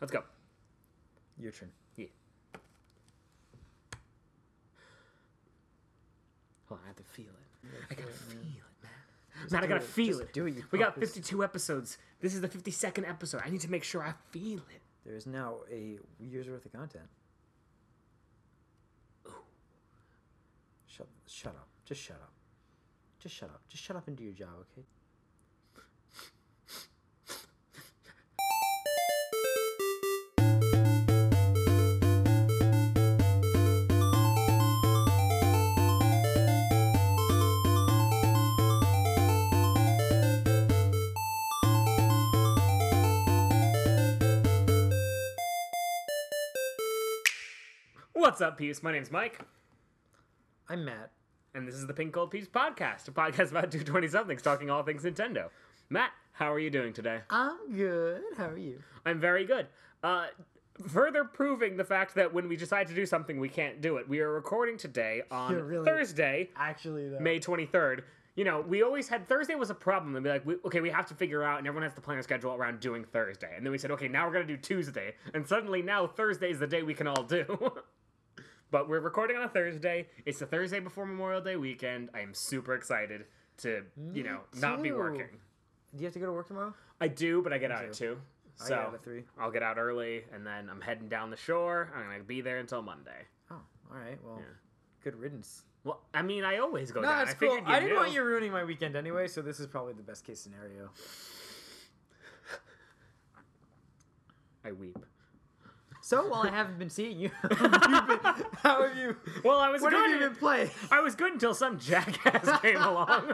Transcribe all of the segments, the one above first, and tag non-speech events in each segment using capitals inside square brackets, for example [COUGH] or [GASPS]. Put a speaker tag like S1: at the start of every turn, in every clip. S1: Let's go.
S2: Your turn.
S1: Yeah. Hold on, Oh, I have to feel it. I gotta feel it, man. man, I
S2: do
S1: gotta
S2: it.
S1: feel
S2: Just
S1: it.
S2: do it, you
S1: we got
S2: fuckers.
S1: 52 episodes. This is the 52nd episode. I need to make sure I feel it.
S2: There is now a year's worth of content. Shut, shut up. Just shut up. Just shut up. Just shut up and do your job, okay?
S1: What's up, peeps? My name's Mike,
S2: I'm Matt.
S1: and this is the Pink Gold Peeps podcast, a podcast about 220 somethings talking all things Nintendo. Matt, how are you doing today?
S2: I'm good. How are you?
S1: I'm very good. Uh, further proving the fact that when we decide to do something, we can't do it. We are recording today on
S2: You're really-
S1: Thursday,
S2: Actually, though.
S1: May 23rd. You know, we always had Thursday was a problem. And be like, we, okay, we have to figure out, and everyone has to plan a schedule around doing Thursday. And then we said, okay, now we're gonna do Tuesday, and suddenly now Thursday is the day we can all do. [LAUGHS] but we're recording on a Thursday. It's the Thursday before Memorial Day weekend. I am super excited to, you know, not be
S2: too.
S1: working.
S2: Do you have to go to work tomorrow?
S1: I do, but I get out at two.
S2: I
S1: So
S2: got out at three.
S1: I'll get out early, and then I'm heading down the shore. I'm gonna be there until Monday.
S2: Oh, all right. Well, good riddance.
S1: Well, I mean, I always go
S2: No,
S1: down.
S2: it's
S1: I
S2: cool.
S1: figured you
S2: I didn't
S1: knew.
S2: want you ruining my weekend anyway, so this is probably the best case scenario.
S1: I weep.
S2: So, while I haven't been seeing you, [LAUGHS] you've been, how have you?
S1: Well, I was
S2: What
S1: good.
S2: have you been playing?
S1: I was good until some [LAUGHS] jackass came
S2: [LAUGHS]
S1: along.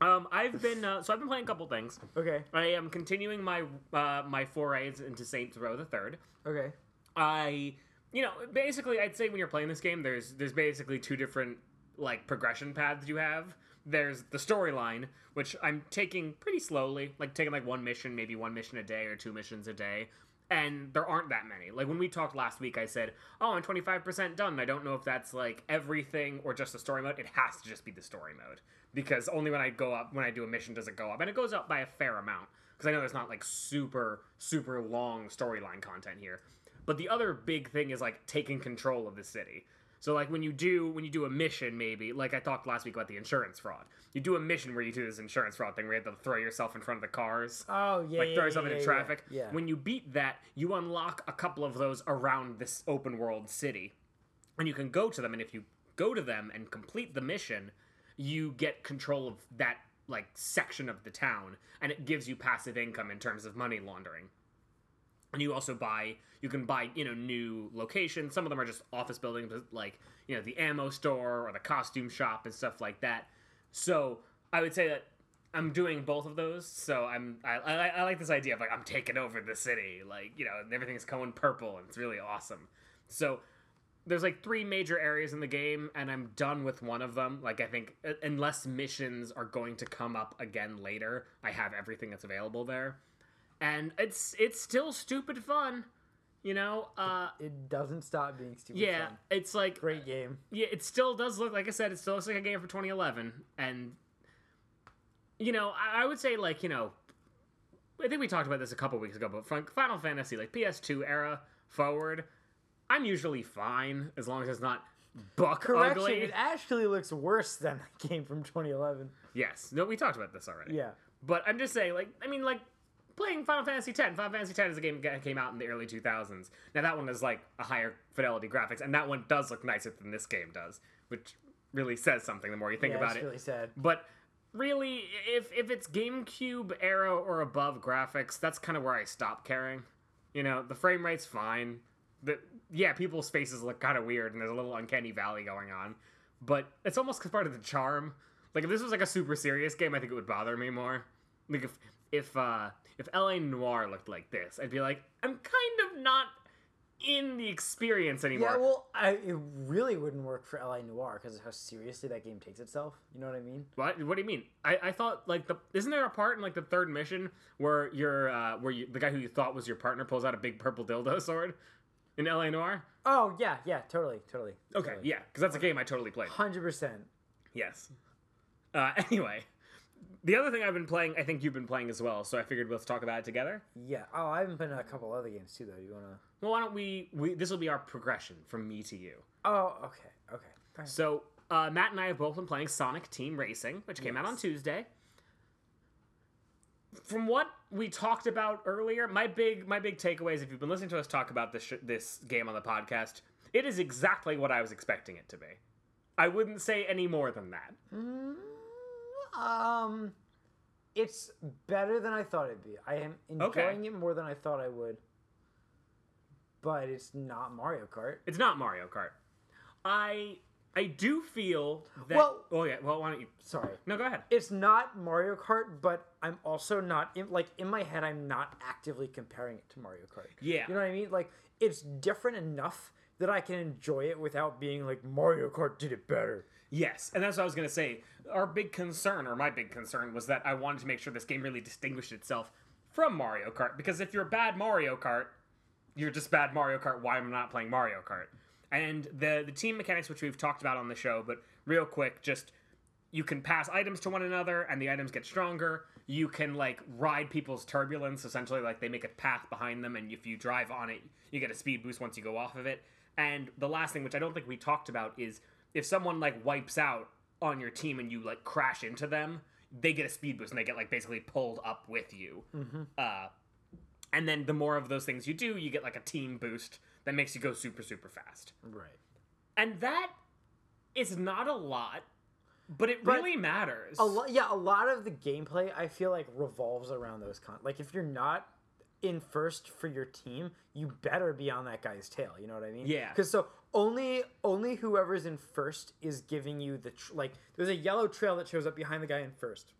S1: um, I've been uh, so I've been playing a couple things.
S2: Okay.
S1: I am continuing my uh, my forays into Saints Row the Third.
S2: Okay.
S1: I, you know, basically, I'd say when you're playing this game, there's there's basically two different like progression paths you have. There's the storyline, which I'm taking pretty slowly, like taking like one mission, maybe one mission a day or two missions a day. And there aren't that many. Like when we talked last week, I said, "Oh, I'm 25% done." I don't know if that's like everything or just the story mode. It has to just be the story mode because only when I go up, when I do a mission, does it go up, and it goes up by a fair amount because I know there's not like super super long storyline content here. But the other big thing is like taking control of the city. So like when you do when you do a mission, maybe like I talked last week about the insurance fraud. You do a mission where you do this insurance fraud thing where you have to throw yourself in front of the cars,
S2: Oh yeah.
S1: like
S2: yeah,
S1: throw
S2: yeah,
S1: yourself
S2: yeah,
S1: into
S2: yeah.
S1: traffic.
S2: Yeah.
S1: When you beat that, you unlock a couple of those around this open world city, and you can go to them. And if you go to them and complete the mission, you get control of that like section of the town, and it gives you passive income in terms of money laundering and you also buy you can buy you know new locations some of them are just office buildings but, like you know the ammo store or the costume shop and stuff like that so i would say that i'm doing both of those so i'm i, I, I like this idea of like i'm taking over the city like you know and everything's going purple and it's really awesome so there's like three major areas in the game and i'm done with one of them like i think uh, unless missions are going to come up again later i have everything that's available there and it's it's still stupid fun you know uh
S2: it doesn't stop being stupid.
S1: yeah Uh,
S2: fun.
S1: it's like
S2: Great game.
S1: yeah, it still does look like I said, it still looks like a game for 2011, and you know, I, I would say like you know, I think we talked about this a couple weeks ago, but from Final Fantasy like PS2 era forward, I'm usually fine as long as it's not buck
S2: Correction.
S1: ugly.
S2: It actually looks worse than the game from 2011.
S1: Yes, no, we talked about this already.
S2: Yeah.
S1: But I'm just saying, like, I mean, like, playing Final Fantasy X. Final Fantasy X is a game that came out in the early 2000s. Now, that one is, like, a higher fidelity graphics, and that one does look nicer than this game does, which really says something the more you think
S2: yeah,
S1: about
S2: it's
S1: it.
S2: really sad.
S1: But really, if, if it's GameCube era or above graphics, that's kind of where I stop caring. You know, the frame rate's fine. The, yeah, people's faces look kind of weird, and there's a little uncanny valley going on. But it's almost part of the charm. Like if this was like a super serious game, I think it would bother me more. Like if if uh, if La Noir looked like this, I'd be like, I'm kind of not in the experience anymore.
S2: Yeah, well, I, it really wouldn't work for LA Noir because of how seriously that game takes itself. You know what I mean?
S1: What? What do you mean? I, I thought like the isn't there a part in like the third mission where your uh, where you, the guy who you thought was your partner pulls out a big purple dildo [LAUGHS] sword in La Noir?
S2: Oh yeah, yeah, totally, totally.
S1: Okay, yeah, because that's a game I totally played.
S2: Hundred percent.
S1: Yes. Uh, [LAUGHS] anyway, The other thing I've been playing, I think you've been playing as well, so I figured let's talk about it together.
S2: Yeah. Oh, I haven't played a couple other games too, though. You wanna?
S1: Well, why don't we? we this will be our progression from me to you.
S2: Oh, okay, okay. All right.
S1: So uh, Matt and I have both been playing Sonic Team Racing, which came out on
S2: Yes.
S1: Tuesday. From what we talked about earlier, my big my big takeaways, if you've been listening to us talk about this sh- this game on the podcast, it is exactly what I was expecting it to be. I wouldn't say any more than that.
S2: Mm, um, it's better than I thought it'd be. I am enjoying
S1: Okay.
S2: it more than I thought I would. But it's not Mario Kart.
S1: It's not Mario Kart. I I do feel that.
S2: Well-
S1: oh yeah. Well, why don't you?
S2: Sorry.
S1: No, go ahead.
S2: It's not Mario Kart, but I'm also not in, like in my head. I'm not actively comparing it to Mario Kart.
S1: Yeah.
S2: you know what I mean. Like it's different enough that I can enjoy it without being like Mario Kart did it better.
S1: Yes, and that's what I was going to say. Our big concern, or my big concern, was that I wanted to make sure this game really distinguished itself from Mario Kart. Because if you're bad Mario Kart, you're just bad Mario Kart. Why am I not playing Mario Kart? And the the team mechanics, which we've talked about on the show, but real quick, just you can pass items to one another, and the items get stronger. You can like ride people's turbulence, essentially, like they make a path behind them, and if you drive on it, you get a speed boost once you go off of it. And the last thing, which I don't think we talked about, is if someone like wipes out on your team and you like crash into them, they get a speed boost and they get like basically pulled up with you. Uh, and then the more of those things you do, you get like a team boost that makes you go super, super fast.
S2: Right.
S1: And that is not a lot, but it
S2: But
S1: really matters.
S2: A lot, yeah, a lot of the gameplay I feel like revolves around those con. Like if you're not in first for your team, you better be on that guy's tail. You know what I mean?
S1: Yeah.
S2: Because so only only whoever's in first is giving you the tr- like. There's a yellow trail that shows up behind the guy in first.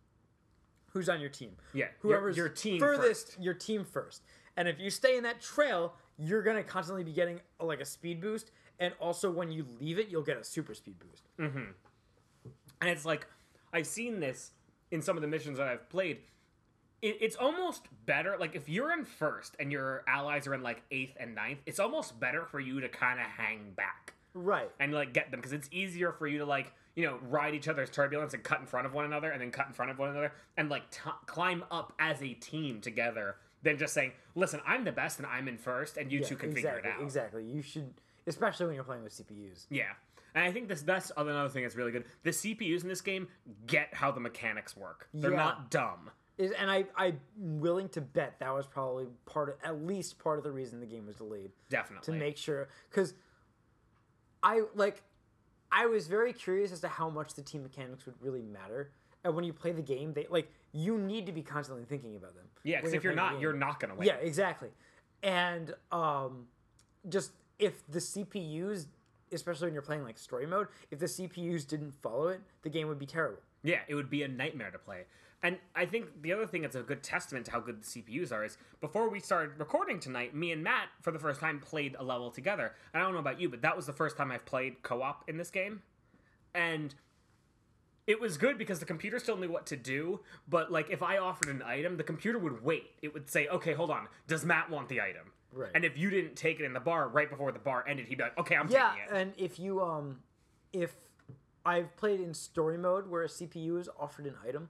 S2: Who's on your team?
S1: Yeah, your-
S2: Whoever's
S1: your team
S2: furthest, your team first. And if you stay in that trail, you're gonna constantly be getting like a speed boost, and also when you leave it, you'll get a super speed boost.
S1: Mm. And it's like, I've seen this in some of the missions that I've played. It, it's almost better, like, if you're in first and your allies are in like eighth and ninth, it's almost better for you to kind of hang back.
S2: Right.
S1: and like get them because it's easier for you to like you know ride each other's turbulence and cut in front of one another and then cut in front of one another and like t- climb up as a team together than just saying listen i'm the best and i'm in first and you two can
S2: exactly,
S1: figure it out
S2: Exactly. You should, especially when you're playing with CPUs.
S1: yeah and i think this that's another thing that's really good the cpus in this game get how the mechanics work they're
S2: Yeah.
S1: not dumb
S2: Is and I I'm willing to bet that was probably part of at least part of the reason the game was delayed to
S1: definitely
S2: make sure because I like I was very curious as to how much the team mechanics would really matter. And when you play the game, they like you need to be constantly thinking about them.
S1: yeah because
S2: when
S1: if you're
S2: playing the
S1: not
S2: game.
S1: you're not gonna win
S2: Yeah, exactly. And um, just if the CPUs, especially when you're playing like story mode, if the CPUs didn't follow it, the game would be terrible.
S1: Yeah, it would be a nightmare to play. And I think the other thing that's a good testament to how good the CPUs are is before we started recording tonight, me and Matt, for the first time, played a level together. And I don't know about you, but that was the first time I've played co op in this game. And it was good because the computer still knew what to do, but like if I offered an item, the computer would wait. It would say, okay, hold on, does Matt want the item?
S2: Right.
S1: And if you didn't take it in the bar right before the bar ended, he'd be like, okay, I'm
S2: Yeah,
S1: taking it.
S2: and if you um, if I've played in story mode where a CPU is offered an item,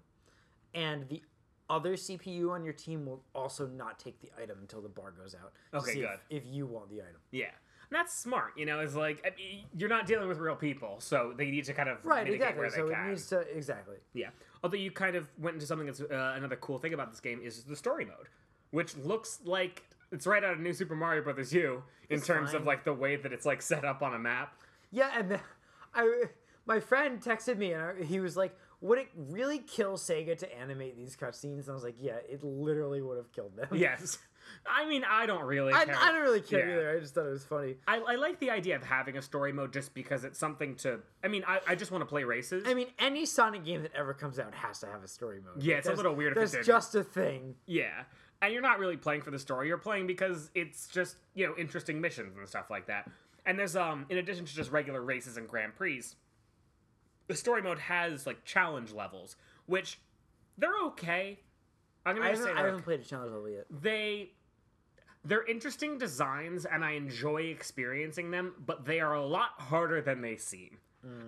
S2: and the other CPU on your team will also not take the item until the bar goes out. to
S1: Okay,
S2: see if-
S1: good.
S2: If, you want the item,
S1: Yeah. And that's smart, you know, it's like I mean, you're not dealing with real people, so they need to kind of
S2: right?
S1: mitigate
S2: Exactly.
S1: where they
S2: So
S1: can.
S2: it needs to exactly.
S1: Yeah. Although you kind of went into something that's uh, another cool thing about this game is the story mode, which looks like it's right out of New Super Mario Brothers U in terms of
S2: fine.
S1: like the way that it's like set up on a map.
S2: Yeah, and then [LAUGHS] I, my friend texted me and I, he was like, "Would it really kill Sega to animate these cutscenes?" And I was like, "Yeah, it literally would have killed them."
S1: Yes. [LAUGHS] I mean, I don't really.
S2: [LAUGHS] I,
S1: care.
S2: I don't really care
S1: Yeah.
S2: either. I just thought it was funny.
S1: I, I like the idea of having a story mode just because it's something to. I mean, I, I just want to play races.
S2: I mean, any Sonic game that ever comes out has to have a story mode.
S1: Yeah, it's a
S2: That's-
S1: little weird if it
S2: That's
S1: didn't.
S2: just a thing.
S1: Yeah. And you're not really playing for the story, you're playing because it's just, you know, interesting missions and stuff like that. And there's um in addition to just regular races and grand prix, the story mode has like challenge levels, which they're okay. I'm
S2: I
S1: gonna
S2: haven't,
S1: say
S2: I
S1: they're
S2: haven't played a challenge level yet.
S1: they they're interesting designs and I enjoy experiencing them, but they are a lot harder than they seem.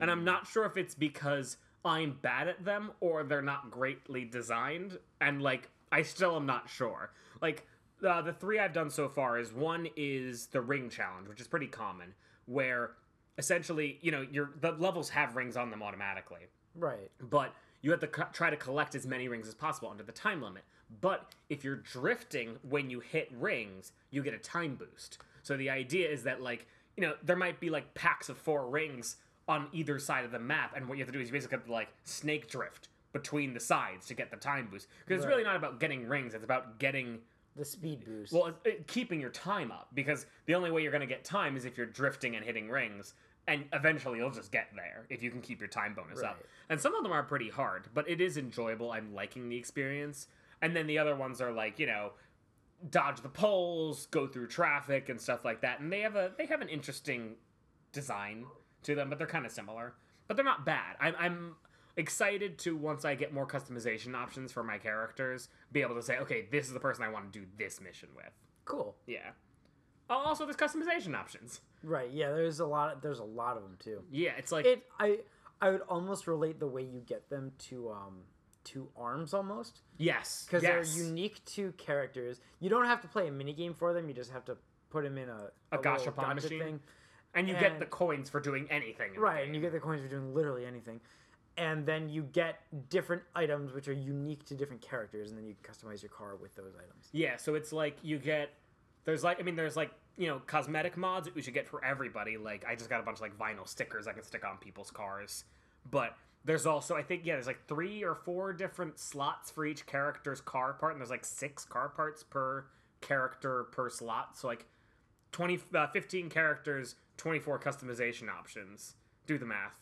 S1: And I'm not sure if it's because I'm bad at them or they're not greatly designed, and like I still am not sure. Like uh, the three I've done so far is one is the ring challenge, which is pretty common, where essentially you know your the levels have rings on them automatically
S2: Right.
S1: but you have to co- try to collect as many rings as possible under the time limit. But if you're drifting when you hit rings, you get a time boost. So the idea is that like you know there might be like packs of four rings on either side of the map, and what you have to do is you basically have to like snake drift between the sides to get the time boost. Because it's really not about getting rings; it's about getting
S2: The speed boost.
S1: well, it, it- keeping your time up. Because the only way you're going to get time is if you're drifting and hitting rings, and eventually you'll just get there if you can keep your time bonus up.
S2: Right.
S1: And some of them are pretty hard, but it is enjoyable. I'm liking the experience. And then the other ones are like you know, dodge the poles, go through traffic, and stuff like that. And they have a they have an interesting design to them, but they're kind of similar. But they're not bad. I'm, I'm excited to once I get more customization options for my characters, be able to say, okay, this is the person I want to do this mission with.
S2: cool.
S1: Yeah. Oh, Also, there's customization options.
S2: Right. Yeah. There's a lot. There's a lot of them too.
S1: Yeah, it's like
S2: It. I. I would almost relate the way you get them to um to arms almost
S1: yes,
S2: because
S1: yes,
S2: they're unique to characters. You don't have to play a mini game for them. You just have to put them in a
S1: A
S2: little
S1: gashapon machine? and you get
S2: and-
S1: the coins for doing anything. in the
S2: Right,
S1: game.
S2: and you get the coins for doing literally anything. And then you get different items which are unique to different characters, and then you can customize your car with those items.
S1: Yeah, so it's like you get there's like I mean there's like you know cosmetic mods that we should get for everybody. Like I just got a bunch of like vinyl stickers I can stick on people's cars, but there's also I think yeah there's like three or four different slots for each character's car part, and there's like six car parts per character per slot. So like 20 uh, 15 characters, 24 customization options. Do the math.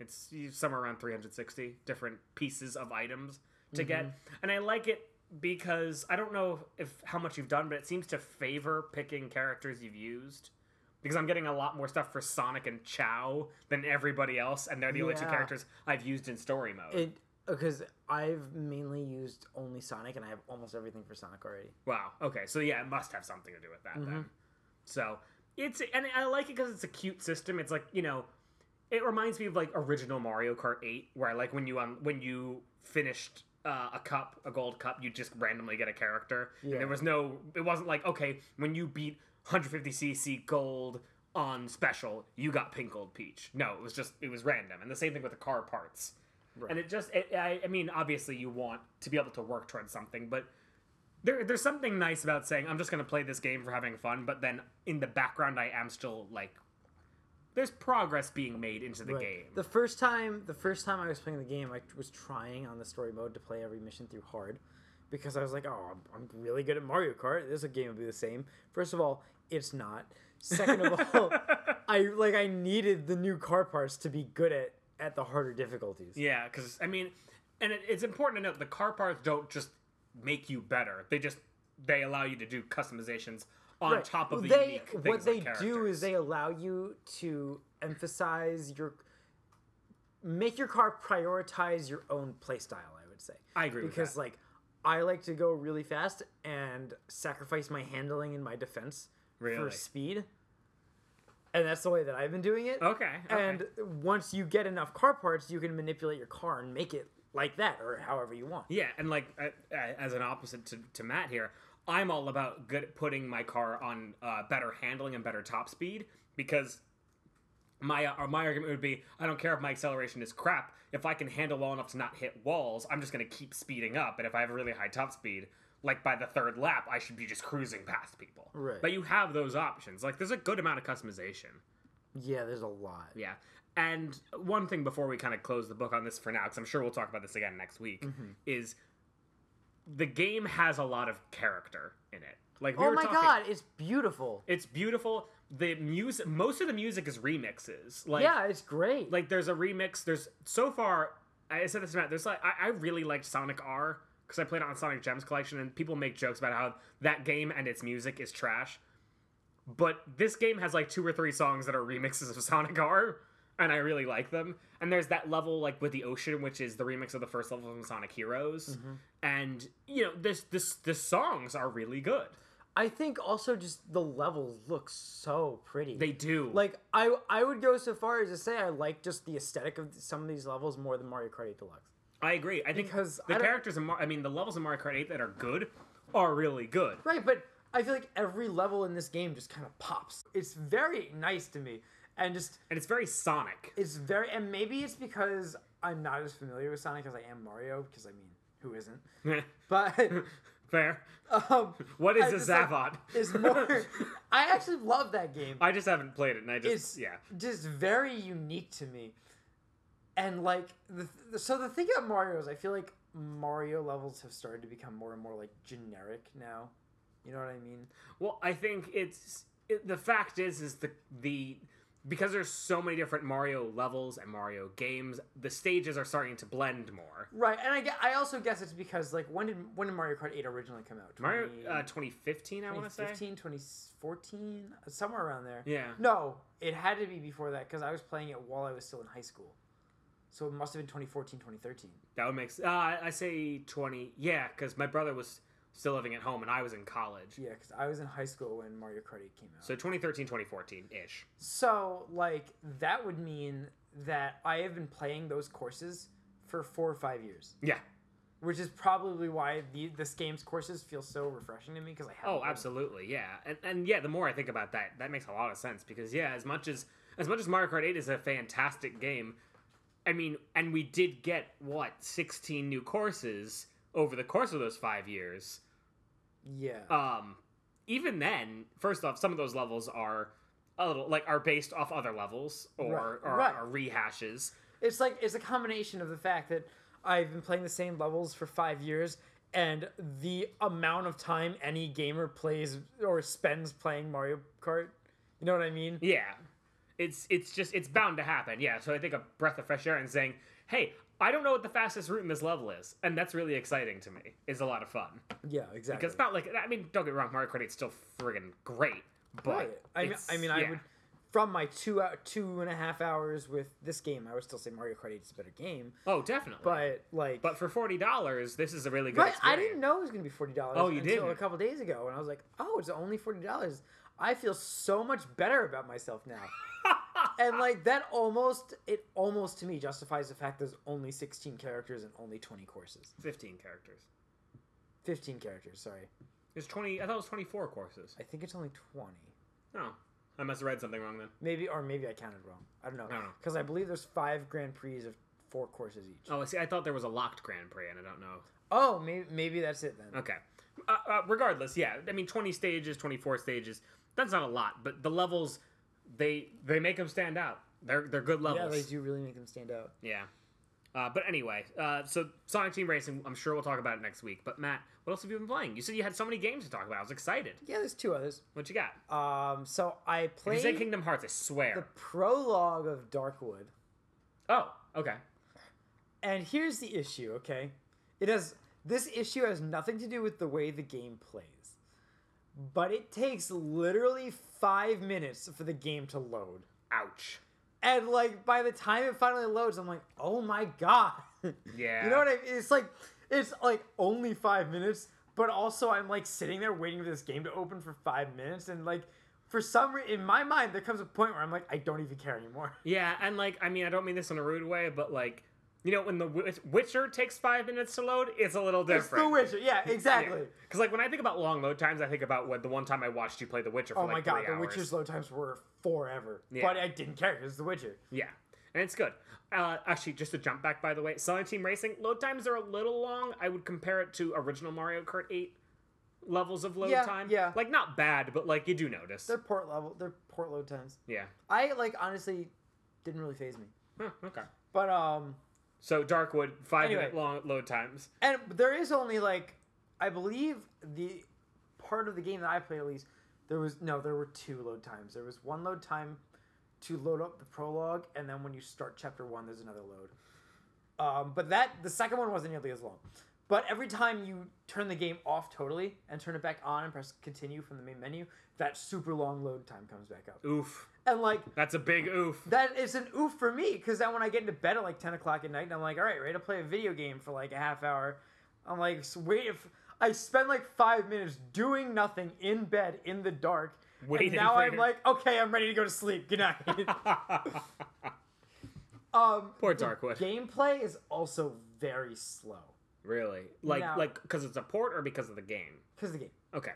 S1: It's somewhere around 360 different pieces of items to get. And I like it because I don't know if how much you've done, but it seems to favor picking characters you've used. Because I'm getting a lot more stuff for Sonic and Chow than everybody else, and they're the only two
S2: Yeah.
S1: characters I've used in story mode.
S2: It because I've mainly used only Sonic, and I have almost everything for Sonic already.
S1: Wow. Okay. So yeah, it must have something to do with that then. So it's and I like it because it's a cute system. It's like you know, it reminds me of like original Mario Kart Eight, where like when you um when you finished. Uh, a cup, a gold cup. You just randomly get a character. And
S2: Yeah.
S1: there was no. It wasn't like okay, when you beat 150cc gold on special, you got pink gold peach. No, it was just it was random. And the same thing with the car parts. And it just, it, I, I mean, obviously you want to be able to work towards something, but there, there's something nice about saying I'm just going to play this game for having fun, but then in the background I am still like, there's progress being made into the
S2: Right.
S1: game.
S2: The first time, the first time I was playing the game, I was trying on the story mode to play every mission through hard, because I was like, oh, I'm, I'm really good at Mario Kart. This game would be the same. First of all, it's not. Second of
S1: [LAUGHS]
S2: all, I like I needed the new car parts to be good at at the harder difficulties.
S1: yeah, because I mean, and it, it's important to note the car parts don't just make you better; they just they allow you to do customizations on
S2: Right.
S1: top of the
S2: they,
S1: unique things
S2: what they
S1: like
S2: do
S1: characters.
S2: is they allow you to emphasize your make your car prioritize your own playstyle i would say
S1: I agree with
S2: because
S1: that.
S2: like i like to go really fast and sacrifice my handling and my defense for
S1: Really?
S2: speed and that's the way that i've been doing it
S1: okay, okay.
S2: and once you get enough car parts you can manipulate your car and make it like that or however you want
S1: Yeah, and like uh, uh, as an opposite to, to Matt here, I'm all about good putting my car on uh, better handling and better top speed because my uh, my argument would be I don't care if my acceleration is crap if I can handle well enough to not hit walls I'm just gonna keep speeding up and if I have a really high top speed like by the third lap I should be just cruising past people.
S2: Right.
S1: But you have those options. Like there's a good amount of customization.
S2: yeah there's a lot
S1: Yeah. And one thing before we kind of close the book on this for now, because I'm sure we'll talk about this again next week,
S2: Mm-hmm.
S1: is the game has a lot of character in it. Like we
S2: oh
S1: were
S2: my
S1: talking,
S2: god it's beautiful
S1: it's beautiful. The music, most of the music is remixes. Like,
S2: yeah it's great
S1: like there's a remix. There's so far. I said this to Matt. There's like I, I really liked Sonic R because I played it on Sonic Gems Collection, and people make jokes about how that game and its music is trash. But this game has like two or three songs that are remixes of Sonic R, and I really like them. And there's that level like with the ocean, which is the remix of the first
S2: Mm-hmm.
S1: level from Sonic Heroes, and you know this this the songs are really good.
S2: I think also just the levels look so pretty.
S1: They do.
S2: like I I would go so far as to say I like just the aesthetic of some of these levels more than Mario Kart 8 Deluxe.
S1: I agree. I think
S2: Because
S1: the
S2: I don't-
S1: characters in Mar- I mean the levels in Mario Kart 8 that are good are really good.
S2: Right, but I feel like every level in this game just kind of pops. It's very nice to me, and just
S1: And it's very Sonic. [LAUGHS]
S2: it's very and maybe it's because I'm not as familiar with Sonic as I am Mario because I mean who isn't?
S1: [LAUGHS]
S2: But
S1: Fair.
S2: um,
S1: What is
S2: I
S1: a
S2: just, like,
S1: Zavod?
S2: It's more. I actually love that game.
S1: [LAUGHS] I just haven't played it and I just
S2: It's
S1: yeah.
S2: just very unique to me. And like the, the so the thing about Mario is I feel like Mario levels have started to become more and more like generic now. You know what I mean?
S1: Well, I think it's it, the fact is is the the because there's so many different Mario levels and Mario games, the stages are starting to blend more.
S2: Right, and I, gue- I also guess it's because like when did when did Mario Kart 8 originally come out?
S1: Mario
S2: 20
S1: uh, 2015, I want to say.
S2: 2015, 2014, uh, somewhere around there.
S1: Yeah.
S2: No, it had to be before that because I was playing it while I was still in high school. So it must have been 2014, 2013.
S1: That would make s- uh, I I say 20. Yeah, cuz my brother was still living at home and I was in college.
S2: Yeah, because I was in high school when Mario Kart 8 came out.
S1: So 2013, 2014 ish.
S2: So, like, that would mean that I have been playing those courses for four or five years,
S1: Yeah.
S2: which is probably why the, this game's courses feel so refreshing to me because I have.
S1: Oh, absolutely, yeah, and and yeah. The more I think about that, that makes a lot of sense because yeah, as much as as much as Mario Kart Eight is a fantastic game, I mean, and we did get what sixteen new courses over the course of those five years.
S2: Yeah.
S1: Um, even then, first off, some of those levels are a little like are based off other levels or
S2: Right,
S1: or,
S2: right.
S1: or rehashes.
S2: it's like it's a combination of the fact that I've been playing the same levels for five years, and the amount of time any gamer plays or spends playing Mario Kart. You know what I mean?
S1: Yeah. It's it's just it's bound to happen. Yeah. So I think a breath of fresh air and saying, "Hey, I don't know what the fastest route in this level is," and that's really exciting to me. Is a lot of fun
S2: Yeah, exactly.
S1: because it's not like I mean, don't get me wrong, Mario Kart 8's still friggin' great, but
S2: Right. I mean,
S1: it's-
S2: I mean,
S1: yeah.
S2: I would from my two out two and a half hours with this game, I would still say Mario Kart 8 is a better game.
S1: Oh, definitely.
S2: But like,
S1: but for forty dollars, this is a really good.
S2: right, I
S1: experience.
S2: didn't know it was gonna be forty dollars.
S1: Oh, you
S2: until
S1: didn't?
S2: a couple days ago, and I was like, oh, it's only forty dollars. I feel so much better about myself now. and like that almost it almost to me justifies the fact there's only 16 characters and only 20 courses
S1: [LAUGHS] Fifteen characters.
S2: 15 characters sorry
S1: There's twenty. I thought it was twenty-four courses.
S2: i think it's only 20
S1: Oh, I must have read something wrong then.
S2: maybe or maybe i counted wrong i don't know
S1: don't know.
S2: because i believe there's five grand prix of four courses each
S1: Oh, I see. I thought there was a locked Grand Prix, and I don't know.
S2: Oh, maybe maybe that's it then.
S1: Okay. Uh, uh, regardless, yeah. I mean, twenty stages, twenty-four stages. That's not a lot, but the levels, they they make them stand out. They're they're good
S2: Yeah,
S1: levels.
S2: they do really make them stand out.
S1: Yeah. Uh, but anyway, uh, so Sonic Team Racing, I'm sure we'll talk about it next week. But Matt, what else have you been playing? You said you had so many games to talk about. I was excited.
S2: Yeah, there's two others.
S1: What you got?
S2: Um, so I
S1: If you say
S2: played
S1: Kingdom Hearts, I swear.
S2: the prologue of Darkwood,
S1: Oh, okay.
S2: and here's the issue. Okay, it has this issue has nothing to do with the way the game plays, but it takes literally five minutes for the game to load,
S1: Ouch.
S2: and like by the time it finally loads, I'm like, oh my god. [LAUGHS]
S1: Yeah.
S2: You know what I mean? It's like it's like only five minutes, but also I'm like sitting there waiting for this game to open for five minutes, and like for some re- in my mind there comes a point where I'm like I don't even care anymore.
S1: Yeah, and like, I mean, I don't mean this in a rude way, but like, you know, when The Wi- Witcher takes five minutes to load, it's a little different.
S2: It's [LAUGHS] The Witcher, yeah, exactly.
S1: Because like when I think about long load times, I think about when the one time I watched you play The Witcher. For
S2: Oh
S1: like
S2: my god,
S1: three
S2: The
S1: hours.
S2: Witcher's load times were forever,
S1: Yeah.
S2: but I didn't care because The Witcher.
S1: Yeah, and it's good. Uh, actually, just to jump back, by the way, Sonic Team Racing load times are a little long. I would compare it to original Mario Kart Eight levels of load
S2: Yeah,
S1: time.
S2: yeah.
S1: like not bad, but like you do notice.
S2: They're port level, they're port load times.
S1: yeah.
S2: I like honestly didn't really phase me,
S1: Huh, okay.
S2: but um,
S1: So Darkwood five
S2: Anyway.
S1: minute long load times.
S2: And there is only like, I believe the part of the game that I played at least, there was no, there were two load times. There was one load time to load up the prologue, and then when you start chapter one, there's another load. Um, but that the second one wasn't nearly as long. But every time you turn the game off totally and turn it back on and press continue from the main menu, that super long load time comes back up.
S1: Oof.
S2: And like
S1: That's a big oof.
S2: that is an oof for me because then when I get into bed at like ten o'clock at night and I'm like, all right, ready to play a video game for like a half hour, I'm like, s- wait if I spent like five minutes doing nothing in bed in the dark.
S1: Waiting
S2: and now
S1: for
S2: I'm
S1: it.
S2: like, okay, I'm ready to go to sleep. Good night.
S1: [LAUGHS]
S2: um,
S1: Poor Darkwood.
S2: gameplay is also very slow
S1: Really? Like
S2: No.
S1: like because it's a port or because of the game?
S2: because the game.
S1: Okay.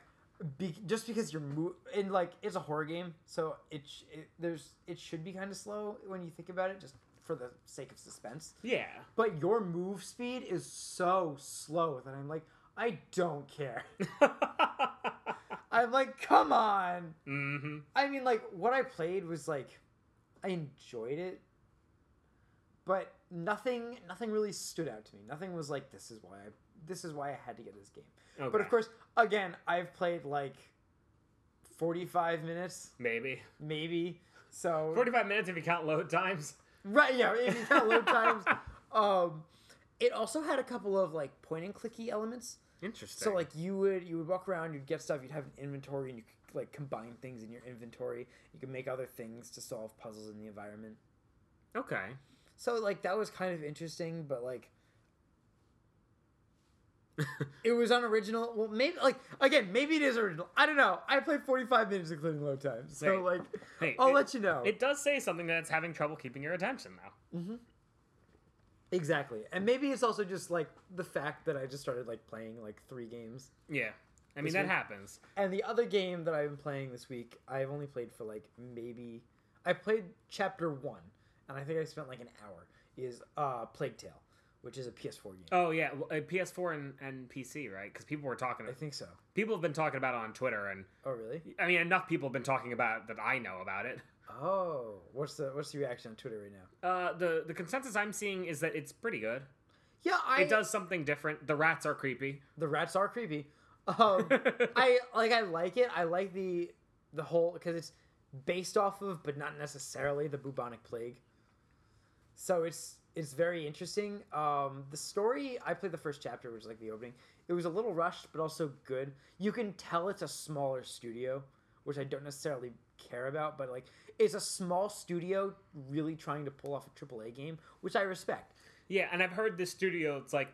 S2: Be- just because you're mo- and like it's a horror game, so it, sh- it there's it should be kind of slow when you think about it, just for the sake of suspense.
S1: Yeah.
S2: [LAUGHS] But your move speed is so slow that I'm like, I don't care. I'm like, come on.
S1: mhm.
S2: I mean, like, what I played was like, I enjoyed it, but nothing, nothing really stood out to me. Nothing was like, this is why I, this is why I had to get this game.
S1: Okay.
S2: But of course, again, I've played like forty-five minutes,
S1: maybe
S2: maybe. So
S1: 45 minutes if you count load times.
S2: right, yeah, if you count load times. Um, it also had a couple of like point and clicky elements.
S1: Interesting.
S2: So like you would you would walk around, you'd get stuff, you'd have an inventory, and you could like combine things in your inventory. You could make other things to solve puzzles in the environment. [LAUGHS]
S1: okay.
S2: So like that was kind of interesting, but like it was unoriginal. Well, maybe like again, maybe it is original. I don't know. I played forty five minutes including load times, so
S1: Hey.
S2: like
S1: Hey,
S2: I'll
S1: it,
S2: let you know
S1: it does say something that's having trouble keeping your attention though.
S2: exactly. And maybe it's also just like the fact that I just started like playing like three games.
S1: Yeah. I mean
S2: This
S1: that
S2: week?
S1: happens.
S2: And the other game that I've been playing this week, I've only played for like maybe I played chapter one, and I think I spent like an hour. Is uh Plague Tale, which is a PS4 game.
S1: Oh yeah, well, uh, PS4 and, and PC, right? Because people were talking.
S2: I think so.
S1: People have been talking about it on Twitter, and
S2: Oh really?
S1: I mean, enough people have been talking about it that I know about it.
S2: Oh, what's the what's the reaction on Twitter right now?
S1: Uh, the the consensus I'm seeing is that it's pretty good.
S2: Yeah, I
S1: It does something different. The rats are creepy. [LAUGHS]
S2: the rats are creepy. Um, I like I like it. I like the the whole because it's based off of, but not necessarily the bubonic plague. So it's it's very interesting. Um, the story I played the first chapter, which is like the opening. It was a little rushed, but also good. You can tell it's a smaller studio, which I don't necessarily care about, but like it's a small studio really trying to pull off a AAA game, which I respect.
S1: Yeah, and I've heard this studio. It's like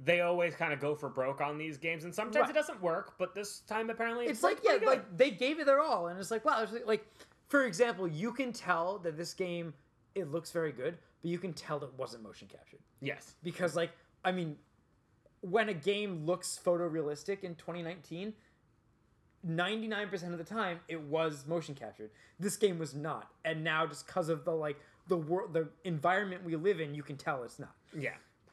S1: they always kind of go for broke on these games, and sometimes
S2: Right.
S1: it doesn't work. But this time, apparently,
S2: it's like yeah,
S1: pretty good.
S2: like they gave it their all, and it's like wow, it's like, like for example, you can tell that this game it looks very good, but you can tell it wasn't motion captured
S1: yes,
S2: because like I mean, when a game looks photorealistic in 2019. 99% of the time it was motion captured this game was not and now just because of the like the world the environment we live in you can tell it's not
S1: yeah,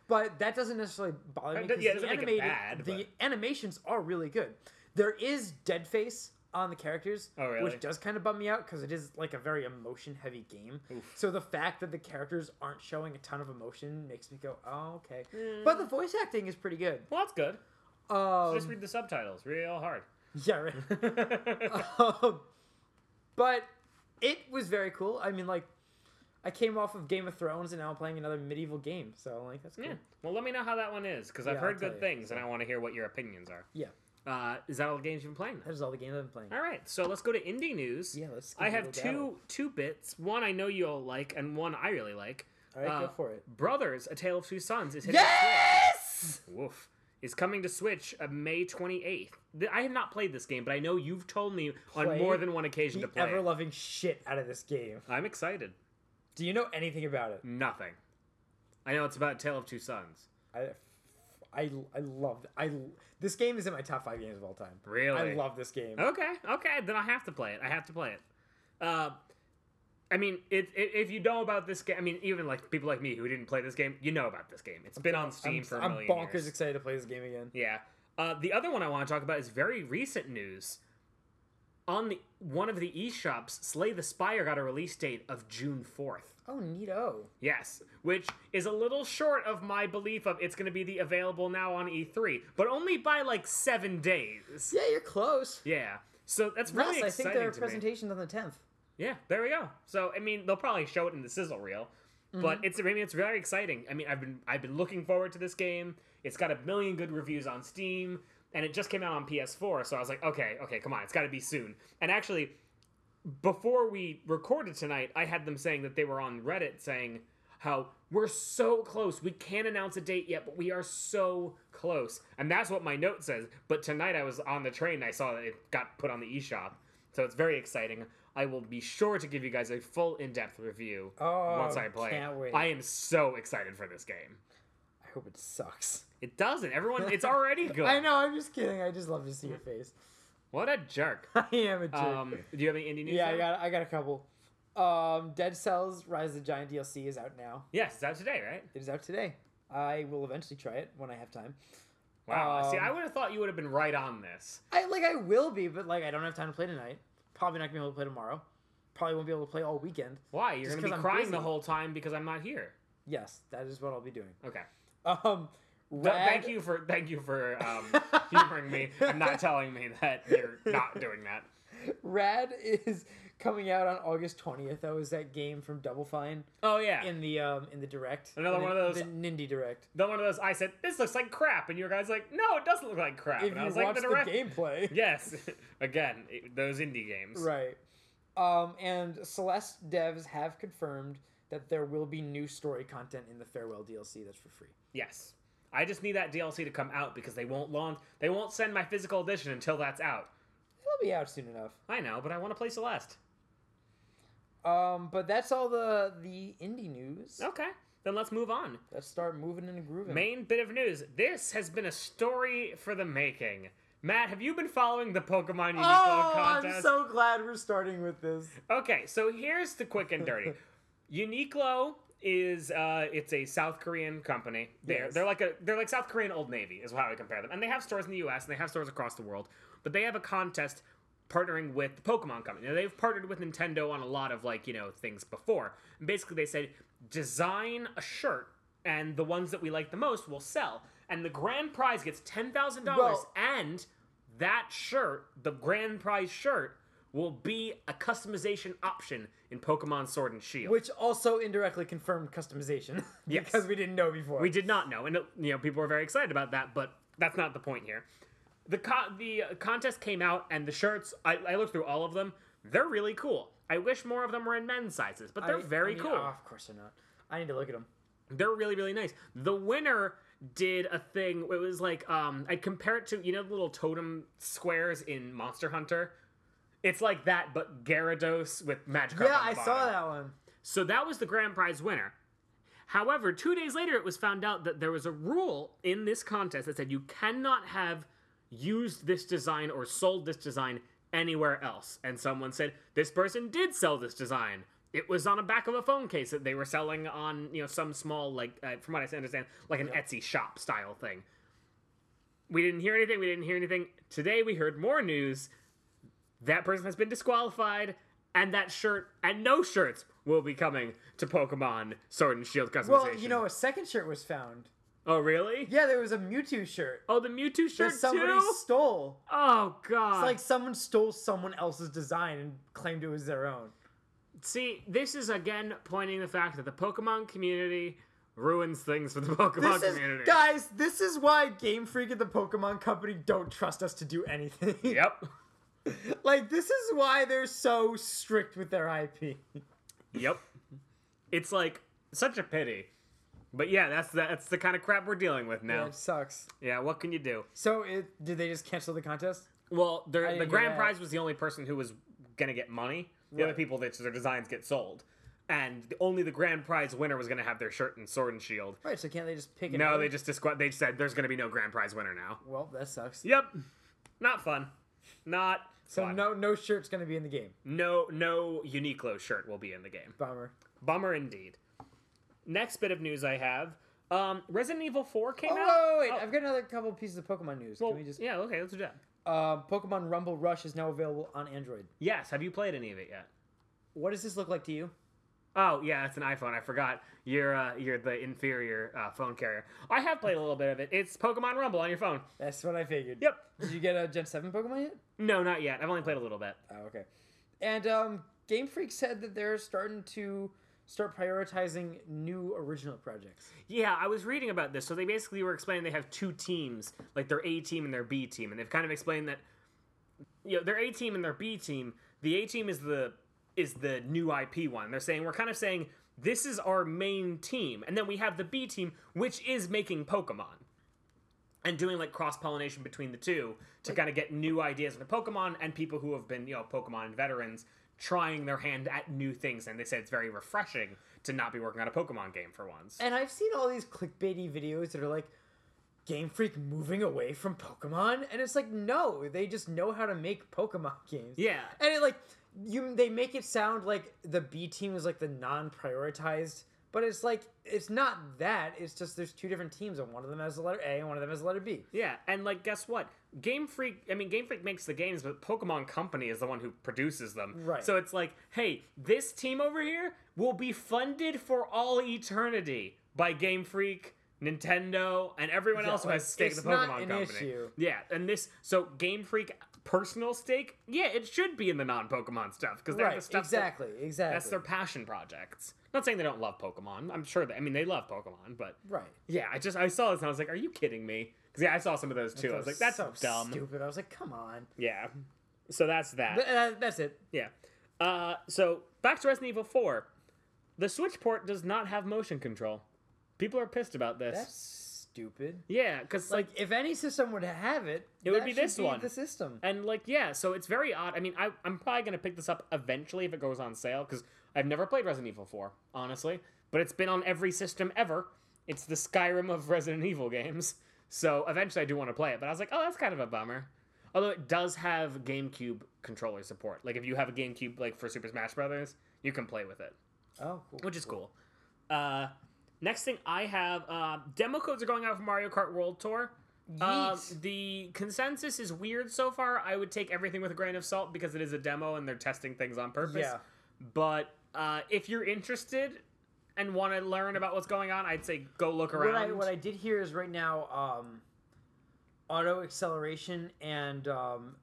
S2: but that doesn't necessarily bother me.
S1: That-
S2: 'cause
S1: yeah, it
S2: the
S1: doesn't make it bad,
S2: animated, The animations are really good. There is dead face on the characters,
S1: Oh, really?
S2: which does kind of bum me out because it is like a very emotion-heavy game. So the fact that the characters aren't showing a ton of emotion makes me go, "Oh, okay." But the voice acting is pretty good.
S1: well, that's good.
S2: Um,
S1: Just read the subtitles real hard. [LAUGHS]
S2: yeah, right. [LAUGHS] um, but it was very cool. I mean, like, I came off of Game of Thrones and now I'm playing another medieval game, so like that's cool.
S1: yeah. Well, let me know how that one is because I've
S2: Yeah, I'll
S1: heard
S2: tell
S1: good
S2: you.
S1: things, and I want to hear what your opinions are.
S2: yeah.
S1: Uh, is that all the games you've been playing?
S2: That
S1: Then?
S2: is all the games I've been playing.
S1: All right, so let's go to indie news.
S2: Yeah, let's.
S1: I
S2: give it
S1: have
S2: a
S1: two
S2: go.
S1: two bits. One I know you'll like, and one I really like.
S2: All right,
S1: Uh,
S2: go for it.
S1: Brothers: A Tale of Two Sons is hitting
S2: Yes!
S1: Woof. Is coming to Switch uh, May 28th. Th- I have not played this game, but I know you've told me on
S2: Play
S1: more than one occasion to
S2: The
S1: play.
S2: ever
S1: it.
S2: loving shit out of this game.
S1: I'm excited.
S2: Do you know anything about it?
S1: Nothing. I know it's about a Tale of Two Sons.
S2: I, I, I love I this game is in my top five games of all time.
S1: Really?
S2: I love this game.
S1: Okay, okay, then I have to play it. I have to play it. Uh, I mean, it, it, if you know about this game, I mean, even like people like me who didn't play this game, you know about this game. It's been on Steam
S2: I'm,
S1: for a
S2: I'm
S1: million
S2: bonkers
S1: years.
S2: excited to play this game again.
S1: Yeah. Uh, the other one I want to talk about is very recent news. On the one of the eShops, Slay the Spire got a release date of June 4th.
S2: Oh, neato.
S1: Yes, which is a little short of my belief of it's going to be the available now on E3, but only by like 7 days.
S2: Yeah, you're close.
S1: Yeah. So that's
S2: Russ,
S1: really
S2: I
S1: exciting
S2: think their
S1: to me.
S2: presentation's on the tenth.
S1: Yeah, there we go. So I mean, they'll probably show it in the sizzle reel, but it's I mean it's very exciting. I mean, I've been I've been looking forward to this game. It's got a million good reviews on Steam, and it just came out on PS4. So I was like, okay, okay, come on, it's got to be soon. And actually, before we recorded tonight, I had them saying that they were on Reddit saying how We're so close. We can't announce a date yet, but we are so close. And that's what my note says. But tonight I was on the train. I saw that it got put on the eShop. So it's very exciting. I will be sure to give you guys a full in depth review
S2: Oh,
S1: once I play.
S2: can't
S1: it.
S2: wait.
S1: I am so excited for this game.
S2: I hope it sucks.
S1: It doesn't. Everyone, it's already good.
S2: [LAUGHS] I know. I'm just kidding. I just love to see your face. [LAUGHS]
S1: What a jerk.
S2: I am a jerk.
S1: Um, do you have any indie news?
S2: yeah, I
S1: Sam?
S2: got. I got a couple. Um, Dead Cells: Rise of the Giant DLC is out now.
S1: Yes, it's out today, right?
S2: It is out today. I will eventually try it when I have time.
S1: Wow. See,
S2: Um,
S1: I would have thought you would have been right on this.
S2: I like. I will be, but like, I don't have time to play tonight. Probably not gonna be able to play tomorrow. Probably won't be able to play all weekend.
S1: Why? You're
S2: Just
S1: going to
S2: 'cause
S1: be
S2: I'm
S1: crying
S2: busy.
S1: the whole time because I'm not here.
S2: Yes, that is what I'll be doing.
S1: Okay.
S2: Um,
S1: Th-
S2: Rad-
S1: thank
S2: [LAUGHS]
S1: you for thank you for um, humoring me and not telling me that you're not doing that.
S2: Rad is coming out on August twentieth. That was that game from Double Fine
S1: Oh yeah.
S2: in the um in the direct.
S1: Another
S2: In
S1: one
S2: the-
S1: of those-
S2: The Nindy Direct.
S1: Then one of those I said this looks like crap, and your guys like no, it doesn't look like crap.
S2: If
S1: and I
S2: you
S1: was
S2: watch
S1: like
S2: the,
S1: direct-
S2: gameplay,
S1: [LAUGHS] Yes. [LAUGHS] Again, it- those indie games.
S2: right? Um, and Celeste devs have confirmed that there will be new story content in the farewell DLC. That's for free.
S1: Yes. I just need that DLC to come out because they won't launch. They won't send my physical edition until that's out.
S2: It'll be out soon enough.
S1: I know, but I want to play Celeste.
S2: Um, but that's all the the indie news.
S1: Okay, then let's move on.
S2: Let's start moving and grooving.
S1: Main bit of news. This has been a story for the making. Matt, have you been following the Pokemon Unique
S2: Oh,
S1: World contest?
S2: I'm so glad we're starting with this.
S1: Okay, so here's the quick and
S2: [LAUGHS]
S1: dirty. Uniqlo is uh, it's a South Korean company. They're
S2: Yes.
S1: they're like a they're like South Korean Old Navy is how I compare them. And they have stores in the U.S. and they have stores across the world. But they have a contest partnering with the Pokemon company. Now, they've partnered with Nintendo on a lot of like you know things before. And basically, they said design a shirt, and the ones that we like the most will sell. And the grand prize gets ten thousand dollars
S2: Well-
S1: and that shirt, the grand prize shirt, will be a customization option in Pokemon Sword and Shield.
S2: Which also indirectly confirmed customization [LAUGHS]
S1: Yes.
S2: because we didn't know before.
S1: we did not know, and you know people were very excited about that, but that's not the point here. The co- the uh, contest came out, and the shirts I, I looked through all of them. They're really cool. I wish more of them were in men's sizes, but they're
S2: I-
S1: very
S2: I mean,
S1: cool.
S2: oh, of course they're not. I need to look at them.
S1: They're really, really nice. The winner did a thing. It was like um, I'd compare it to you know the little totem squares in Monster Hunter. It's like that, but Gyarados with Magikarp.
S2: Yeah,
S1: on the
S2: I saw
S1: bottom.
S2: that one.
S1: So that was the grand prize winner. However, two days later, it was found out that there was a rule in this contest that said you cannot have used this design or sold this design anywhere else. And someone said, this person did sell this design. It was on the back of a phone case that they were selling on, you know, some small, like, uh, from what I understand, like an Etsy shop style thing. We didn't hear anything. We didn't hear anything. Today, we heard more news that person has been disqualified, and that shirt and no shirts will be coming to Pokemon Sword and Shield customization.
S2: Well, you know, a second shirt was found.
S1: Oh, really?
S2: Yeah, there was a Mewtwo shirt
S1: Oh, the Mewtwo
S2: that
S1: shirt
S2: somebody
S1: too.
S2: stole.
S1: Oh God!
S2: It's like someone stole someone else's design and claimed it was their own.
S1: see, this is again pointing the fact that the Pokemon community ruins things for the Pokemon
S2: This is,
S1: community.
S2: guys, this is why Game Freak and the Pokemon Company don't trust us to do anything.
S1: Yep.
S2: [LAUGHS] like, this is why they're so strict with their IP.
S1: Yep. It's like such a pity. But yeah, that's that's the kind of crap we're dealing with now.
S2: That sucks.
S1: Yeah, what can you do?
S2: So, it did they just cancel the contest?
S1: Well,
S2: I
S1: there, the
S2: didn't hear
S1: grand
S2: that.
S1: prize was the only person who was going to get money. The other
S2: Right.
S1: people that their designs get sold, and the- only the grand prize winner was going to have their shirt and sword and shield.
S2: Right, so can't they just pick it?
S1: No, they just disqu- they said there's going to be no grand prize winner now.
S2: Well, that sucks.
S1: Yep, not fun. Not
S2: so
S1: fun.
S2: no, no shirt's gonna be in the game.
S1: no, no Uniqlo shirt will be in the game.
S2: Bummer.
S1: Bummer indeed. Next bit of news I have: um, Resident Evil 4 came
S2: Oh,
S1: out.
S2: wait,
S1: Oh,
S2: I've got another couple pieces of Pokemon news.
S1: well,
S2: Can we just?
S1: yeah, okay, let's do that.
S2: Uh, Pokemon Rumble Rush is now available on Android.
S1: Yes, have you played any of it yet?
S2: What does this look like to you?
S1: Oh yeah, it's an iPhone. I forgot. You're uh, you're the inferior uh, phone carrier. I have played a little bit of it. It's Pokemon Rumble on your phone.
S2: That's what I figured.
S1: Yep.
S2: Did you get a Gen Seven Pokemon yet?
S1: No, not yet. I've only played a little bit.
S2: Oh, okay. And um, Game Freak said that they're starting to start prioritizing new original projects.
S1: Yeah, I was reading about this. So they basically were explaining they have two teams, like their A team and their B team, and they've kind of explained that you know, their A team and their B team, the A team is the is the new IP one. They're saying we're kind of saying this is our main team. And then we have the B team, which is making Pokemon and doing like cross pollination between the two to kind of get new ideas into Pokemon and people who have been, you know, Pokemon veterans trying their hand at new things. And they said it's very refreshing to not be working on a Pokemon game for once.
S2: And I've seen all these clickbaity videos that are like Game Freak moving away from Pokemon, and it's like no, they just know how to make Pokemon [LAUGHS] games.
S1: Yeah.
S2: and it like you they make it sound like the B team is like the non-prioritized, but it's like it's not that. It's just there's two different teams, and one of them has the letter A, and one of them has the letter B.
S1: Yeah, and like guess what? Game Freak, I mean Game Freak makes the games, but Pokemon Company is the one who produces them.
S2: Right.
S1: So it's like, hey, this team over here will be funded for all eternity by Game Freak, Nintendo, and everyone
S2: Yeah,
S1: else who
S2: like,
S1: has a stake in
S2: it's
S1: the
S2: not
S1: Pokemon
S2: an
S1: Company.
S2: issue.
S1: Yeah, and this so Game Freak personal stake, yeah, it should be in the non-Pokemon stuff because they're
S2: Right,
S1: the stuff that-
S2: exactly, exactly.
S1: that's their passion projects. not saying they don't love Pokemon. I'm sure that I mean they love Pokemon, but
S2: right.
S1: yeah, I just I saw this and I was like, "Are you kidding me?" Because yeah, I saw some of those too. I was like, "That's
S2: so
S1: dumb."
S2: stupid. I was like, come on.
S1: Yeah, so that's that.
S2: Th- uh, that's it.
S1: yeah. Uh, so back to Resident Evil Four, the Switch port does not have motion control. People are pissed about this.
S2: That's stupid.
S1: yeah, because like,
S2: Like, if any system were to have it,
S1: It would
S2: that
S1: be
S2: should
S1: this one.
S2: The system.
S1: and like yeah, so it's very odd. I mean, I I'm probably gonna pick this up eventually if it goes on sale because I've never played Resident Evil Four honestly, but it's been on every system ever. It's the Skyrim of [LAUGHS] Resident Evil games. So eventually I do want to play it, but I was like, oh, that's kind of a bummer. Although it does have GameCube controller support. Like if you have a GameCube like for Super Smash Brothers, you can play with it,
S2: Oh, cool.
S1: which is cool. Uh, next thing I have, uh, demo codes are going out for Mario Kart World Tour. Uh,
S2: Yeet.
S1: the consensus is weird so far. I would take everything with a grain of salt because it is a demo and they're testing things on purpose.
S2: Yeah.
S1: But uh, if you're interested and want to learn about what's going on, I'd say go look around.
S2: What I, what I did hear is right now, um, auto acceleration and um,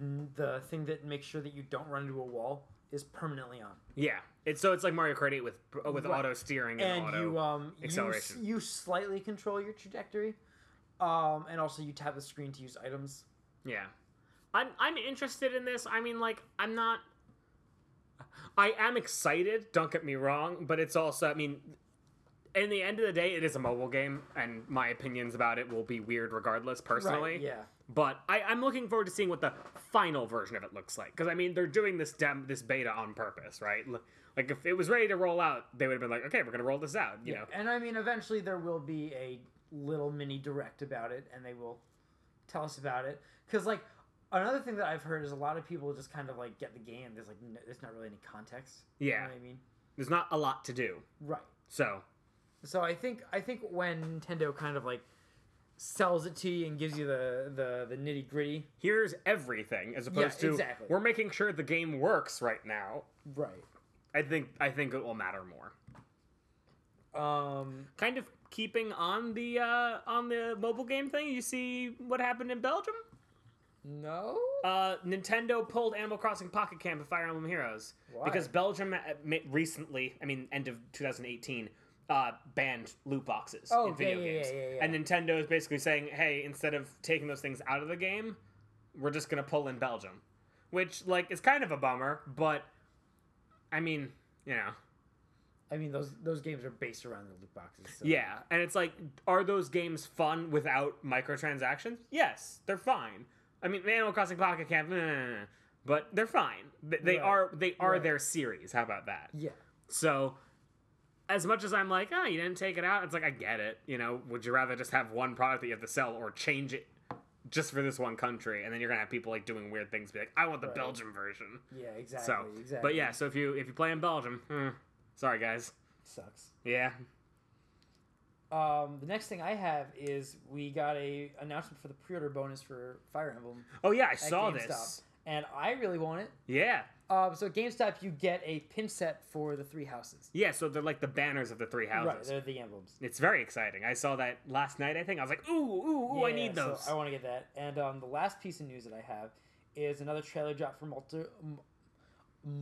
S2: n- the thing that makes sure that you don't run into a wall is permanently on,
S1: Yeah, it's so it's like Mario Kart 8 with with
S2: Right.
S1: auto steering and,
S2: and
S1: auto.
S2: you um you s-
S1: acceleration.
S2: You, slightly control your trajectory, um, and also you tap the screen to use items.
S1: yeah, I'm I'm interested in this. I mean, like I'm not. I am excited. Don't get me wrong, but it's also I mean, in the end of the day, it is a mobile game, and my opinions about it will be weird regardless. Personally,
S2: Right. Yeah.
S1: But I, I'm looking forward to seeing what the final version of it looks like. Because I mean, they're doing this dem, this beta on purpose, right? L- Like if it was ready to roll out, they would have been like, okay, we're gonna roll this out, you know?
S2: And I mean, eventually there will be a little mini direct about it, and they will tell us about it. Because like another thing that I've heard is a lot of people just kind of like get the game. There's like no, there's not really any context. You know
S1: Yeah,
S2: what I mean,
S1: there's not a lot to do.
S2: right.
S1: So
S2: So I think I think when Nintendo kind of like sells it to you and gives you the the, the nitty gritty,
S1: here's everything, as opposed to
S2: exactly.
S1: we're making sure the game works right now.
S2: right?
S1: I think I think it will matter more.
S2: Um,
S1: Kind of keeping on the uh, on the mobile game thing. You see what happened in Belgium?
S2: no.
S1: Uh, Nintendo pulled Animal Crossing Pocket Camp and Fire Emblem Heroes
S2: Why?
S1: because Belgium uh, admit- recently, I mean, end of 2018, uh, banned loot boxes
S2: Oh,
S1: in video
S2: yeah, yeah,
S1: games,
S2: yeah, yeah, yeah.
S1: and Nintendo is basically saying, "Hey, instead of taking those things out of the game, we're just gonna pull in Belgium," which like is kind of a bummer, but I mean, you know,
S2: I mean, those those games are based around the loot boxes. So.
S1: yeah, and it's like, are those games fun without microtransactions? Yes, they're fine. I mean, Animal Crossing Pocket Camp, eh, but they're fine. They, they
S2: Right.
S1: are they are
S2: Right.
S1: their series. How about that?
S2: Yeah.
S1: So, as much as I'm like, oh, you didn't take it out, it's like I get it. You know, would you rather just have one product that you have to sell or change it just for this one country, and then you're gonna have people like doing weird things, be like, I want the
S2: Right.
S1: Belgium version.
S2: Yeah. Exactly.
S1: So,
S2: exactly.
S1: but yeah, so if you if you play in Belgium, hmm, sorry guys,
S2: sucks.
S1: yeah.
S2: Um, the next thing I have is we got a announcement for the pre-order bonus for Fire Emblem
S1: Oh yeah, I
S2: at
S1: saw
S2: GameStop,
S1: this.
S2: and I really want it.
S1: Yeah.
S2: Um, so at GameStop, you get a pin set for the three houses.
S1: Yeah, so they're like the banners of the three
S2: Right,
S1: houses.
S2: they're the emblems.
S1: it's very exciting. I saw that last night, I think. I was like, ooh, ooh, ooh, I
S2: Yeah,
S1: need
S2: so
S1: those.
S2: I want to get that. And um, the last piece of news that I have is another trailer drop for Multi- M-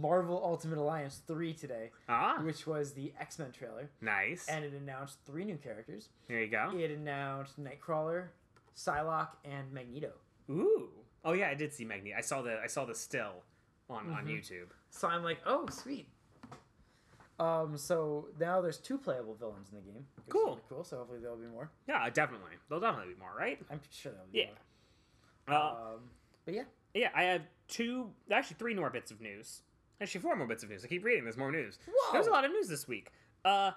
S2: Marvel Ultimate Alliance three today,
S1: ah,
S2: which was the X Men trailer,
S1: nice.
S2: and it announced three new characters.
S1: Here you go.
S2: It announced Nightcrawler, Psylocke, and Magneto.
S1: Ooh. Oh yeah, I did see Magni.
S2: Mm-hmm.
S1: I saw the I saw the still on on YouTube.
S2: So I'm like, oh, sweet. Um, so now there's two playable villains in the game. which is
S1: Cool.
S2: really Cool. So hopefully there'll be more.
S1: Yeah, definitely. There'll definitely be more, right?
S2: I'm sure there'll be
S1: Yeah.
S2: more.
S1: Uh,
S2: Um, but yeah,
S1: yeah, I have two, actually three more bits of news. Actually, four more bits of news. I keep reading. There's more news.
S2: Whoa!
S1: There's a lot of news this week. Uh,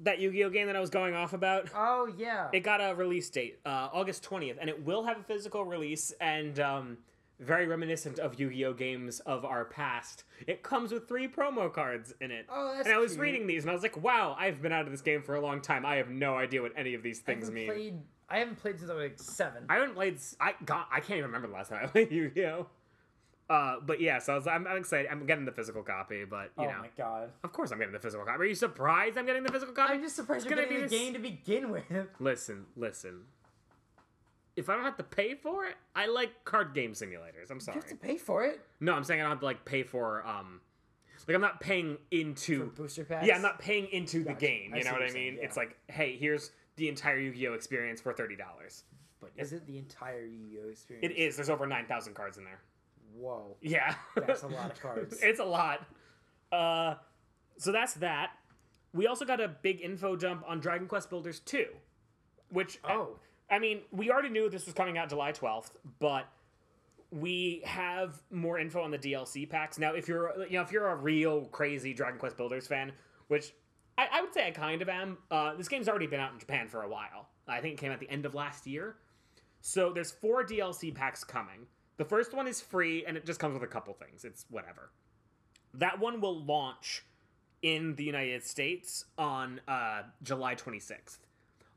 S1: that Yu-Gi-Oh game that I was going off about.
S2: Oh yeah.
S1: It got a release date, uh, August 20th, and it will have a physical release and um, very reminiscent of Yu Gi Oh! games of our past. It comes with three promo cards in it.
S2: Oh, that's
S1: and I was
S2: cute.
S1: reading these and I was like, wow, I've been out of this game for a long time. I have no idea what any of these
S2: I
S1: things
S2: haven't
S1: mean.
S2: played. I haven't played since I was like seven.
S1: I haven't played. s- I God, I can't even remember the last time I [LAUGHS] played Yu Gi Oh! Uh, but yeah, so I was, I'm, I'm excited. I'm getting the physical copy, but you
S2: oh
S1: know,
S2: my god.
S1: of course I'm getting the physical copy. Are you surprised I'm getting the physical copy?
S2: I'm just surprised
S1: It's
S2: you're
S1: gonna
S2: getting the
S1: be this-
S2: game to begin with. [LAUGHS]
S1: Listen, listen. If I don't have to pay for it, I like card game simulators. I'm
S2: You
S1: sorry.
S2: have to pay for it.
S1: No, I'm saying I don't have to like pay for um like I'm not paying
S2: For
S1: into
S2: booster packs.
S1: Yeah, I'm not paying into the
S2: Gotcha.
S1: game,
S2: I
S1: you
S2: see
S1: know
S2: what
S1: what I
S2: you're saying,
S1: mean?
S2: yeah.
S1: It's like, hey, here's the entire Yu-Gi-Oh experience for $30.
S2: But is it the entire Yu-Gi-Oh experience?
S1: It is. There's over 9,000 cards in there.
S2: Whoa.
S1: Yeah.
S2: That's a
S1: [LAUGHS]
S2: lot of cards.
S1: it's a lot. Uh so that's that. We also got a big info dump on Dragon Quest Builders 2, which
S2: Oh.
S1: I mean, we already knew this was coming out July 12th, but we have more info on the DLC packs. Now, if you're you know, if you're a real crazy Dragon Quest Builders fan, which I, I would say I kind of am, uh, this game's already been out in Japan for a while. I think it came out the end of last year. So there's four DLC packs coming. The first one is free and it just comes with a couple things. It's whatever. That one will launch in the United States on uh, July 26th.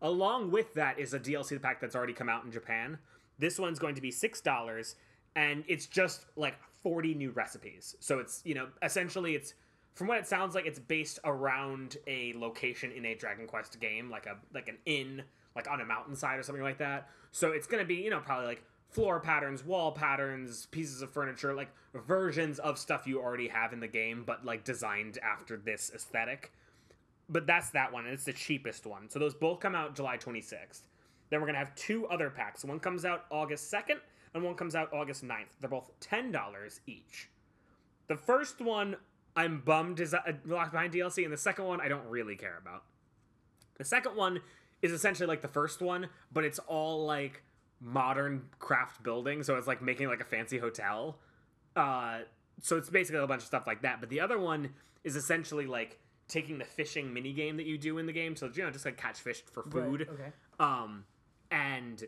S1: Along with that is a DLC pack that's already come out in Japan. This one's going to be $6 and it's just like 40 new recipes. So it's, you know, essentially it's from what it sounds like it's based around a location in a Dragon Quest game, like a like an inn like on a mountainside or something like that. So it's going to be, you know, probably like floor patterns, wall patterns, pieces of furniture, like versions of stuff you already have in the game but like designed after this aesthetic but that's that one, and it's the cheapest one. So those both come out July 26th. Then we're gonna have two other packs. One comes out August 2nd, and one comes out August 9th. They're both ten dollars each. The first one I'm bummed is uh, locked behind DLC, and the second one I don't really care about. The second one is essentially like the first one, but it's all like modern craft building, so it's like making like a fancy hotel. Uh, so it's basically a bunch of stuff like that. But the other one is essentially like taking the fishing mini game that you do in the game, so you know just like catch fish for food.
S2: Right, okay.
S1: Um, and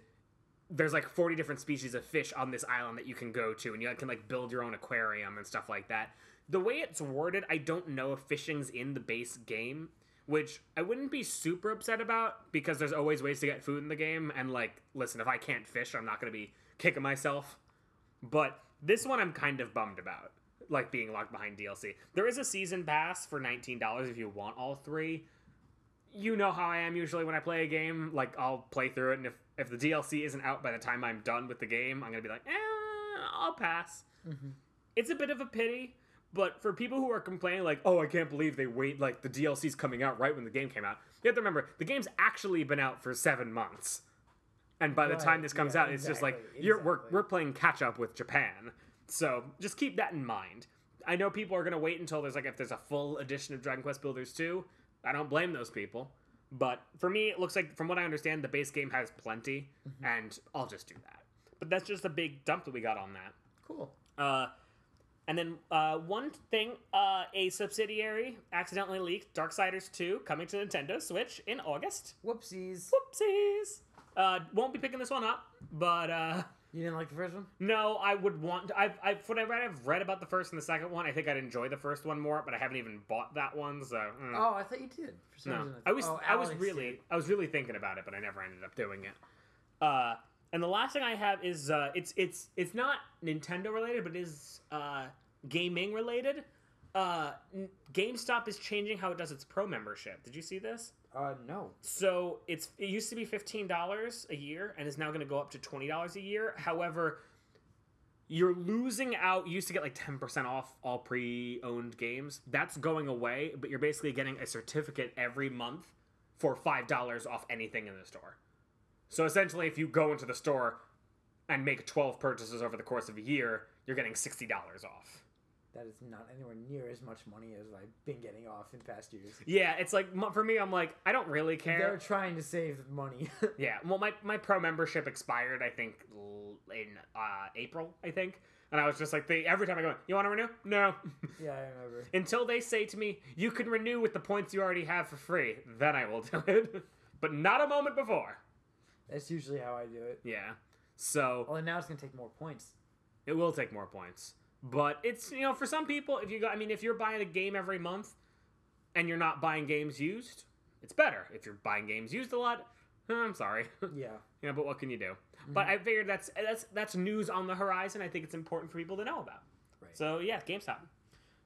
S1: there's like 40 different species of fish on this island that you can go to, and you can like build your own aquarium and stuff like that. The way it's worded, I don't know if fishing's in the base game, which I wouldn't be super upset about because there's always ways to get food in the game. And like, listen, if I can't fish, I'm not going to be kicking myself. But this one I'm kind of bummed about, like being locked behind DLC. There is a season pass for $19 if you want all three. You know how I am usually when I play a game. Like, I'll play through it, and if, if the DLC isn't out by the time I'm done with the game, I'm going to be like, eh, I'll pass. It's a bit of a pity, but for people who are complaining, like, oh, I can't believe they wait, like, the DLC's coming out right when the game came out, you have to remember, the game's actually been out for seven months. And by the
S2: Right,
S1: time this comes
S2: yeah,
S1: out, it's just like
S2: exactly,
S1: you're we're,
S2: exactly.
S1: we're playing catch up with Japan. So just keep that in mind. I know people are gonna wait until there's like if there's a full edition of Dragon Quest Builders 2. I don't blame those people. But for me, it looks like from what I understand, the base game has plenty,
S2: Mm-hmm.
S1: and I'll just do that. But that's just a big dump that we got on that.
S2: Cool.
S1: Uh, and then uh, one thing, uh, a subsidiary accidentally leaked Darksiders 2 coming to Nintendo Switch in August.
S2: Whoopsies.
S1: Whoopsies. Uh, won't be picking this one up, but uh,
S2: You didn't like the first one?
S1: no, I would want. I've, I've what I read, I've read about the first and the second one. I think I'd enjoy the first one more, but I haven't even bought that one, so mm,
S2: Oh, I thought you did. For some
S1: no.
S2: reason,
S1: I was
S2: oh,
S1: I was
S2: Alex
S1: really
S2: did.
S1: I was really thinking about it, but I never ended up doing it. Uh, and the last thing I have is uh, it's it's it's not Nintendo related, but it is uh, gaming related. Uh, n- GameStop is changing how it does its pro membership. Did you see this?
S2: Uh, no.
S1: So it's it used to be fifteen dollars a year and is now going to go up to twenty dollars a year. However, you're losing out. You used to get like ten percent off all pre-owned games. That's going away, but you're basically getting a certificate every month for five dollars off anything in the store. So essentially, if you go into the store and make twelve purchases over the course of a year, you're getting sixty dollars off.
S2: That is not anywhere near as much money as I've been getting off in past years.
S1: Yeah, it's like m- for me, I'm like, I don't really
S2: They're
S1: care.
S2: trying to save money. [LAUGHS]
S1: Yeah, well, my, my pro membership expired, I think, l- in uh, April, I think. And I was just like, they, every time I go, you want to renew? No. [LAUGHS]
S2: yeah, I remember.
S1: Until they say to me, you can renew with the points you already have for free, then I will [LAUGHS] do it. but not a moment before.
S2: That's usually how I do it.
S1: Yeah. So
S2: Well, and now it's gonna take more points.
S1: it will take more points. But it's, you know, for some people, if you go, I mean, if you're buying a game every month and you're not buying games used, it's better. If you're buying games used a lot, I'm sorry. [LAUGHS]
S2: Yeah.
S1: Yeah, but what can you do? But I figured that's that's that's news on the horizon. I think it's important for people to know about.
S2: Right.
S1: So yeah, GameStop.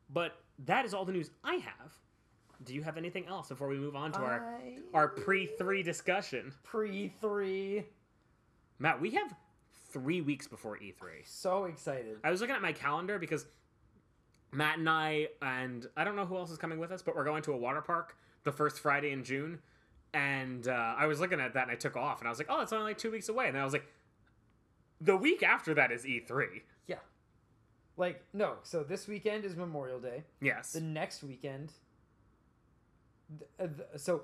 S1: But that is all the news I have. Do you have anything else before we move on to our
S2: I-
S1: our pre three discussion?
S2: pre three.
S1: Matt, we have three weeks before E three.
S2: So excited.
S1: I was looking at my calendar because Matt and I and I don't know who else is coming with us, but we're going to a water park the first Friday in June. And uh, I was looking at that and I took off and I was like, oh, it's only like two weeks away. And then I was like, the week after that is E E3.
S2: Yeah. Like no. So this weekend is Memorial Day.
S1: Yes.
S2: The next weekend. th- uh, th- so,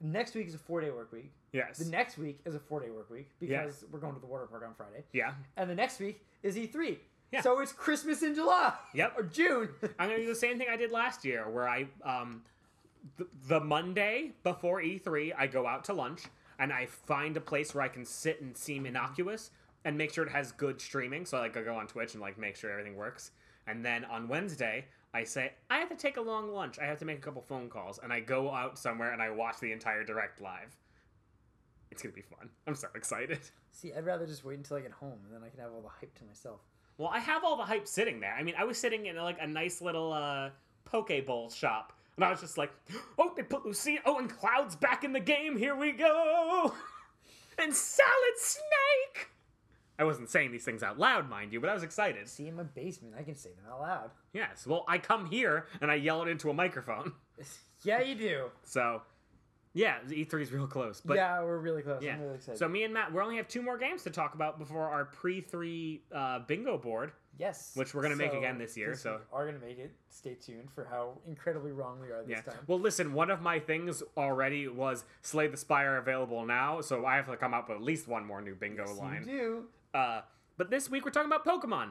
S2: next week is a four day work week.
S1: yes.
S2: The next week is a four day work week
S1: Yeah.
S2: because we're going to the water park on Friday.
S1: yeah.
S2: And the next week is E3.
S1: Yeah.
S2: So it's Christmas in July.
S1: Yep.
S2: [LAUGHS] Or June.
S1: I'm going to do the same thing I did last year where I, um, th- the Monday before E3, I go out to lunch and I find a place where I can sit and seem innocuous and make sure it has good streaming. So like I go on Twitch and like make sure everything works. And then on Wednesday, I say I have to take a long lunch. I have to make a couple phone calls, and I go out somewhere and I watch the entire direct live. It's gonna be fun. I'm so [LAUGHS] excited.
S2: See, I'd rather just wait until I get home and then I can have all the hype to myself.
S1: Well, I have all the hype sitting there. I mean, I was sitting in like a nice little uh, poke bowl shop, and I was just like, [GASPS] "Oh, they put Lucia. Oh, and Cloud's back in the game. Here we go!" [LAUGHS] and Salad Snake. I wasn't saying these things out loud, mind you, but I was excited.
S2: See, in my basement, I can say them out loud. [LAUGHS]
S1: Yes. Well, I come here and I yell it into a microphone. [LAUGHS]
S2: yeah, you do.
S1: So, yeah, E3 is real close. But
S2: yeah, we're really close.
S1: yeah.
S2: I'm really excited.
S1: so me and Matt, we only have two more games to talk about before our pre-3 uh, bingo board.
S2: yes.
S1: which we're gonna make again this year, so-
S2: we are going to make it. Stay tuned for how incredibly wrong we are this
S1: Yeah.
S2: time.
S1: Well, listen, one of my things already was Slay the Spire available now, so I have to come up with at least one more new bingo
S2: You
S1: line.
S2: do.
S1: Uh, but this week we're talking about Pokemon.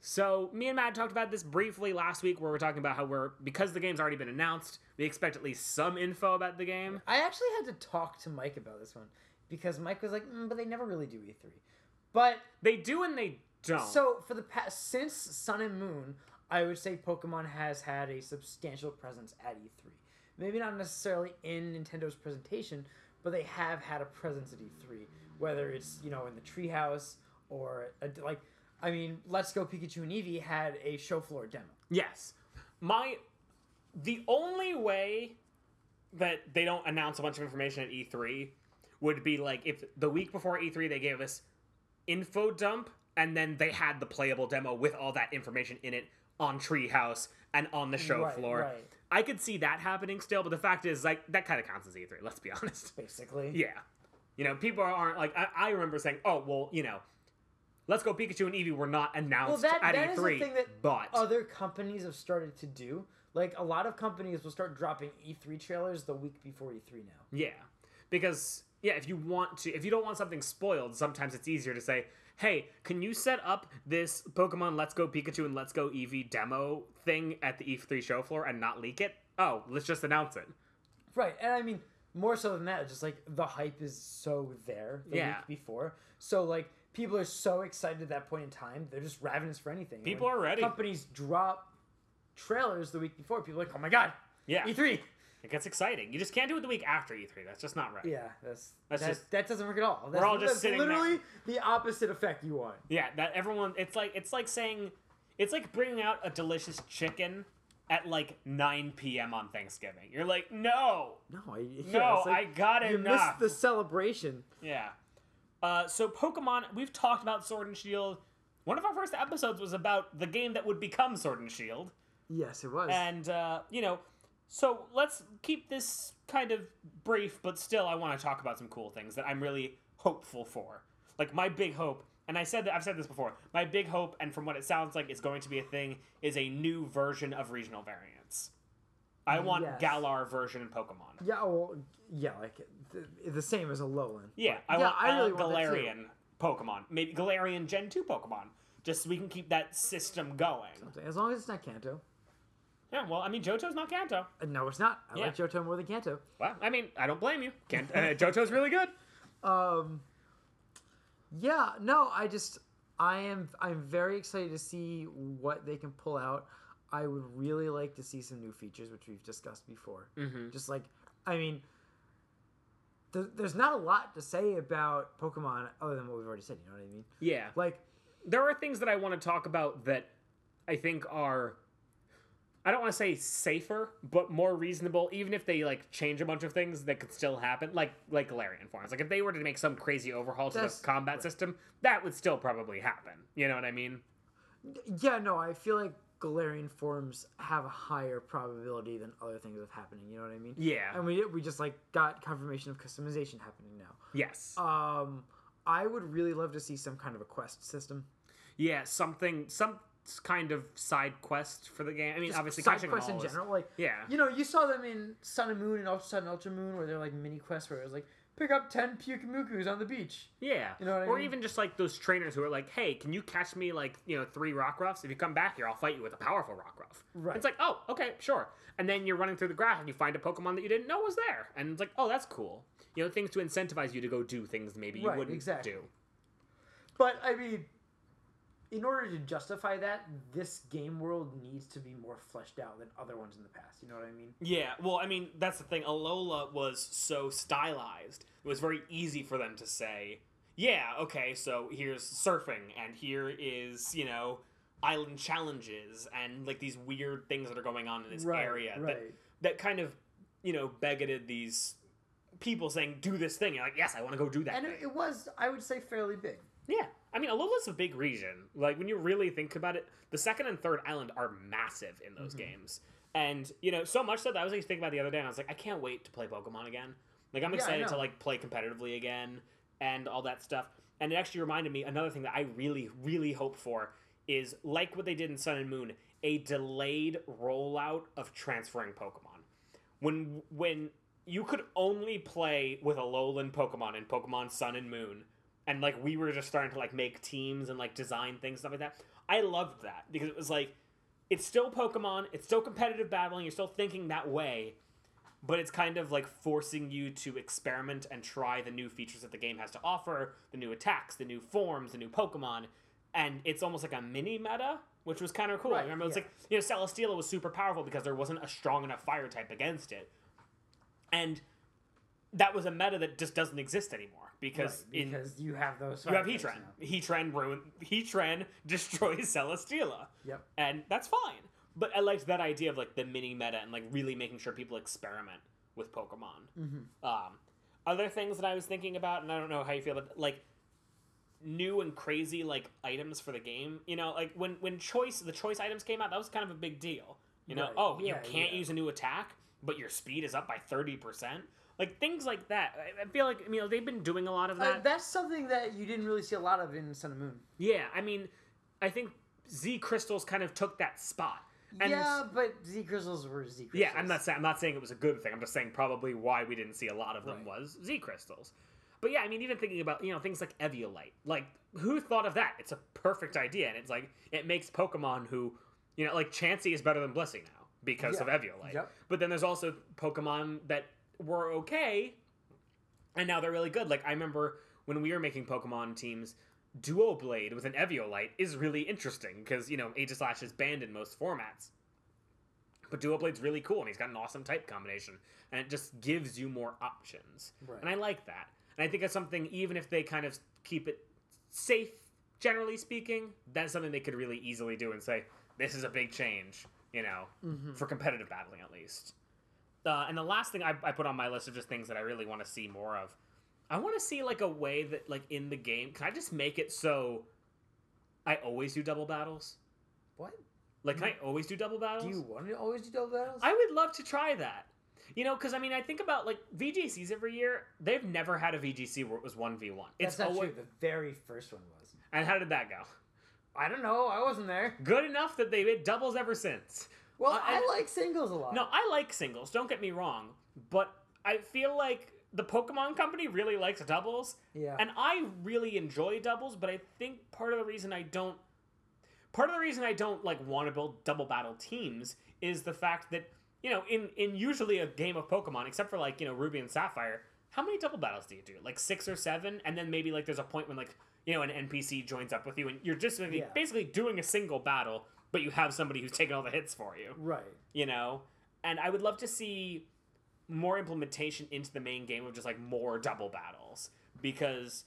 S1: So me and Matt talked about this briefly last week, where we're talking about how we're because the game's already been announced, we expect at least some info about the game.
S2: I actually had to talk to Mike about this one because Mike was like, mm, but they never really do E3. But
S1: They do and they don't.
S2: so for the past since Sun and Moon, I would say Pokemon has had a substantial presence at E3. Maybe not necessarily in Nintendo's presentation, but they have had a presence at E3. Whether it's you know in the treehouse or a, like, I mean, Let's Go Pikachu and Eevee had a show floor demo.
S1: Yes. My the only way that they don't announce a bunch of information at E3 would be like if the week before E3 they gave us info dump and then they had the playable demo with all that information in it on Treehouse and on the show
S2: Right,
S1: floor.
S2: right.
S1: I could see that happening still, but the fact is like that kind of counts as E3, let's be [LAUGHS] honest.
S2: Basically,
S1: Yeah. You know, people aren't like I, I remember saying, "Oh, well, you know, Let's go Pikachu and Eevee were not announced
S2: that-
S1: at E3."
S2: that is the thing that
S1: but
S2: other companies have started to do. Like a lot of companies will start dropping E3 trailers the week before E3 now.
S1: Yeah. Because yeah, if you want to if you don't want something spoiled, sometimes it's easier to say, "Hey, can you set up this Pokemon Let's Go Pikachu and Let's Go Eevee demo thing at the E3 show floor and not leak it?" Oh, let's just announce it.
S2: Right, and I mean more so than that, just like the hype is so there the
S1: Yeah.
S2: week before. So like people are so excited at that point in time, they're just ravenous for anything.
S1: People
S2: When
S1: are ready.
S2: Companies drop trailers the week before. People are like, oh my god,
S1: Yeah.
S2: E3.
S1: E It gets exciting. You just can't do it the week after E3. That's just not right.
S2: Yeah, that's,
S1: That's
S2: that,
S1: just-
S2: that doesn't work at all. That's,
S1: all just
S2: that's
S1: sitting there.
S2: literally the opposite effect you want.
S1: Yeah, that everyone it's like it's like saying it's like bringing out a delicious chicken at like 9 p.m. on Thanksgiving. You're like, "No,
S2: No, I
S1: no, I [LAUGHS] got
S2: you
S1: enough."
S2: missed the celebration.
S1: Yeah. Uh, so Pokemon, we've talked about Sword and Shield. One of our first episodes was about the game that would become Sword and Shield,
S2: Yes, it was.
S1: and uh, you know, so let's keep this kind of brief, but still, I want to talk about some cool things that I'm really hopeful for. Like my big hope and I said that I've said this before. My big hope, and from what it sounds like, is going to be a thing, is a new version of regional variants. I want
S2: Yes.
S1: Galar version in Pokemon.
S2: Yeah, well, yeah, like the, the same as a Alolan.
S1: Yeah, I
S2: Yeah,
S1: want
S2: I really
S1: all
S2: want that too.
S1: Galarian Pokemon, maybe Galarian Gen two Pokemon, just so we can keep that system going.
S2: As long as it's not Kanto.
S1: Yeah, well, I mean Johto's not Kanto.
S2: Uh, No, it's not. I
S1: Yeah.
S2: like Johto more than Kanto.
S1: Well, I mean I don't blame you. Kanto, uh, [LAUGHS] Johto's really good.
S2: Um, yeah, no, I just I am I'm very excited to see what they can pull out. I would really like to see some new features, which we've discussed before.
S1: Mhm.
S2: Just like I mean, th- there's not a lot to say about Pokemon other than what we've already said. You know what I mean?
S1: Yeah,
S2: Like,
S1: there are things that I want to talk about that I think are I don't want to say safer, but more reasonable. Even if they like change a bunch of things, that could still happen. Like like Galarian forms. Like if they were to make some crazy overhaul to
S2: That's-
S1: the combat system, that would still probably happen. You know what I mean?
S2: yeah, no, I feel like Galarian forms have a higher probability than other things of happening. You know what I mean?
S1: Yeah.
S2: And we we just like got confirmation of customization happening now.
S1: yes.
S2: Um, I would really love to see some kind of a quest system.
S1: yeah. Something. Some kind of side quest for the game. I mean, obviously,
S2: side
S1: catching them
S2: quests in
S1: all is-
S2: general, like
S1: Yeah.
S2: you know, you saw them in Sun and Moon and Ultra Sun and Ultra Moon, where they're like mini quests, where it was like pick up ten Pyukumukus on the beach.
S1: Yeah.
S2: You know what I
S1: or
S2: mean?
S1: even just like those trainers who are like, hey, can you catch me like, you know, three rock ruffs? If you come back here, I'll fight you with a powerful rock ruff.
S2: Right.
S1: It's like, oh, okay, sure. And then you're running through the grass and you find a Pokemon that you didn't know was there. And it's like, oh, that's cool. You know, things to incentivize you to go do things maybe you
S2: Right,
S1: wouldn't
S2: exactly.
S1: do.
S2: But I mean, in order to justify that, this game world needs to be more fleshed out than other ones in the past. You know what I mean?
S1: Yeah, well, I mean, that's the thing. Alola was so stylized. It was very easy for them to say, yeah, okay, so here's surfing, and here is, you know, island challenges, and like these weird things that are going on in this
S2: Right,
S1: area. That,
S2: right.
S1: that kind of, you know, begotted these people saying, do this thing. You're like, yes, I want to go do that.
S2: And
S1: thing."
S2: it, it was, I would say, fairly big.
S1: Yeah, I mean, Alola's a big region. Like when you really think about it, the second and third island are massive in those
S2: Mm-hmm.
S1: games, and you know so much so that I was like thinking about it the other day, and I was like, I can't wait to play Pokemon again. Like I'm
S2: Yeah, I
S1: excited to
S2: know.
S1: like play competitively again and all that stuff. And it actually reminded me another thing that I really, really hope for is like what they did in Sun and Moon, a delayed rollout of transferring Pokemon. When when you could only play with a lowland Pokemon in Pokemon Sun and Moon, and like we were just starting to like make teams and like design things stuff like that. I loved that because it was like it's still Pokemon, it's still competitive battling, you're still thinking that way, but it's kind of like forcing you to experiment and try the new features that the game has to offer, the new attacks, the new forms, the new Pokemon, and it's almost like a mini meta, which was kind of cool.
S2: Right,
S1: Remember, it's
S2: yeah.
S1: like you know Celesteela was super powerful because there wasn't a strong enough fire type against it, and that was a meta that just doesn't exist anymore because,
S2: Right,
S1: in
S2: because you have those.
S1: you have
S2: fireworks
S1: Heatran.
S2: now.
S1: Heatran ruin. Heatran [LAUGHS] destroys Celesteela,
S2: Yep.
S1: and that's fine. But I liked that idea of like the mini meta and like really making sure people experiment with Pokemon.
S2: Mm-hmm.
S1: Um, other things that I was thinking about, and I don't know how you feel about like new and crazy like items for the game. You know, like when when choice the choice items came out, that was kind of a big deal. You know,
S2: Right.
S1: oh,
S2: Yeah,
S1: you can't
S2: yeah.
S1: use a new attack, but your speed is up by thirty percent. Like things like that. I, I feel like you know they've been doing a lot of that.
S2: Uh, that's something that you didn't really see a lot of in Sun and Moon.
S1: Yeah, I mean, I think Z crystals kind of took that spot. And
S2: yeah, but Z crystals were Z crystals.
S1: yeah, I'm not saying I'm not saying it was a good thing. I'm just saying probably why we didn't see a lot of them
S2: Right.
S1: was Z crystals. But yeah, I mean, even thinking about you know things like Eviolite, like who thought of that? It's a perfect idea, and it's like it makes Pokemon who you know like Chansey is better than Blissey now because
S2: Yeah.
S1: of Eviolite.
S2: Yep.
S1: But then there's also Pokemon that were okay, and now they're really good. Like I remember when we were making Pokemon teams, Duo Blade with an Eviolite is really interesting because you know Aegislash is banned in most formats. But Duo Blade's really cool, and he's got an awesome type combination, and it just gives you more options.
S2: Right.
S1: And I like that. And I think that's something, even if they kind of keep it safe, generally speaking, that's something they could really easily do and say, this is a big change, you know,
S2: Mm-hmm. Hmm.
S1: for competitive battling at least. Uh, and the last thing I, I put on my list of just things that I really want to see more of, I want to see like a way that like in the game, can I just make it so I always do double battles?
S2: What?
S1: Like, can I always do double battles?
S2: Hmm. Do you want to always do double battles?
S1: I would love to try that. You know, because I mean, I think about like VGCs every year. They've never had a VGC where it was one v one. It's
S2: That's not
S1: always
S2: true. The very first one was.
S1: And how did that go?
S2: I don't know. I wasn't there.
S1: Good enough that they it doubles ever since.
S2: Well,
S1: Uh,
S2: I
S1: and-
S2: like singles a lot.
S1: No, I like singles. Don't get me wrong, but I feel like the Pokemon Company really likes doubles,
S2: Yeah.
S1: and I really enjoy doubles. But I think part of the reason I don't, part of the reason I don't like want to build double battle teams is the fact that you know in in usually a game of Pokemon, except for like you know Ruby and Sapphire, how many double battles do you do? Like six or seven, and then maybe like there's a point when like you know an NPC joins up with you, and you're just like,
S2: Yeah.
S1: basically doing a single battle, but you have somebody who's taking all the hits for you
S2: right.
S1: you know and i would love to see more implementation into the main game of just like more double battles because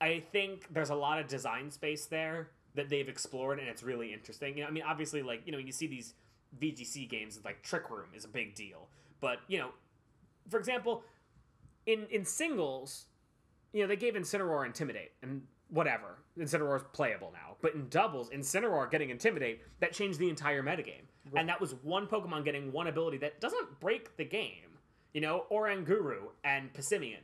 S1: i think there's a lot of design space there that they've explored and it's really interesting you know i mean obviously like you know when you see these vgc games like trick room is a big deal but you know for example in in singles you know they gave incineroar intimidate and whatever incineroar's playable now but in doubles incineroar getting intimidate that changed the entire metagame and that was one pokemon getting one ability that doesn't break the game you know oranguru and pissimian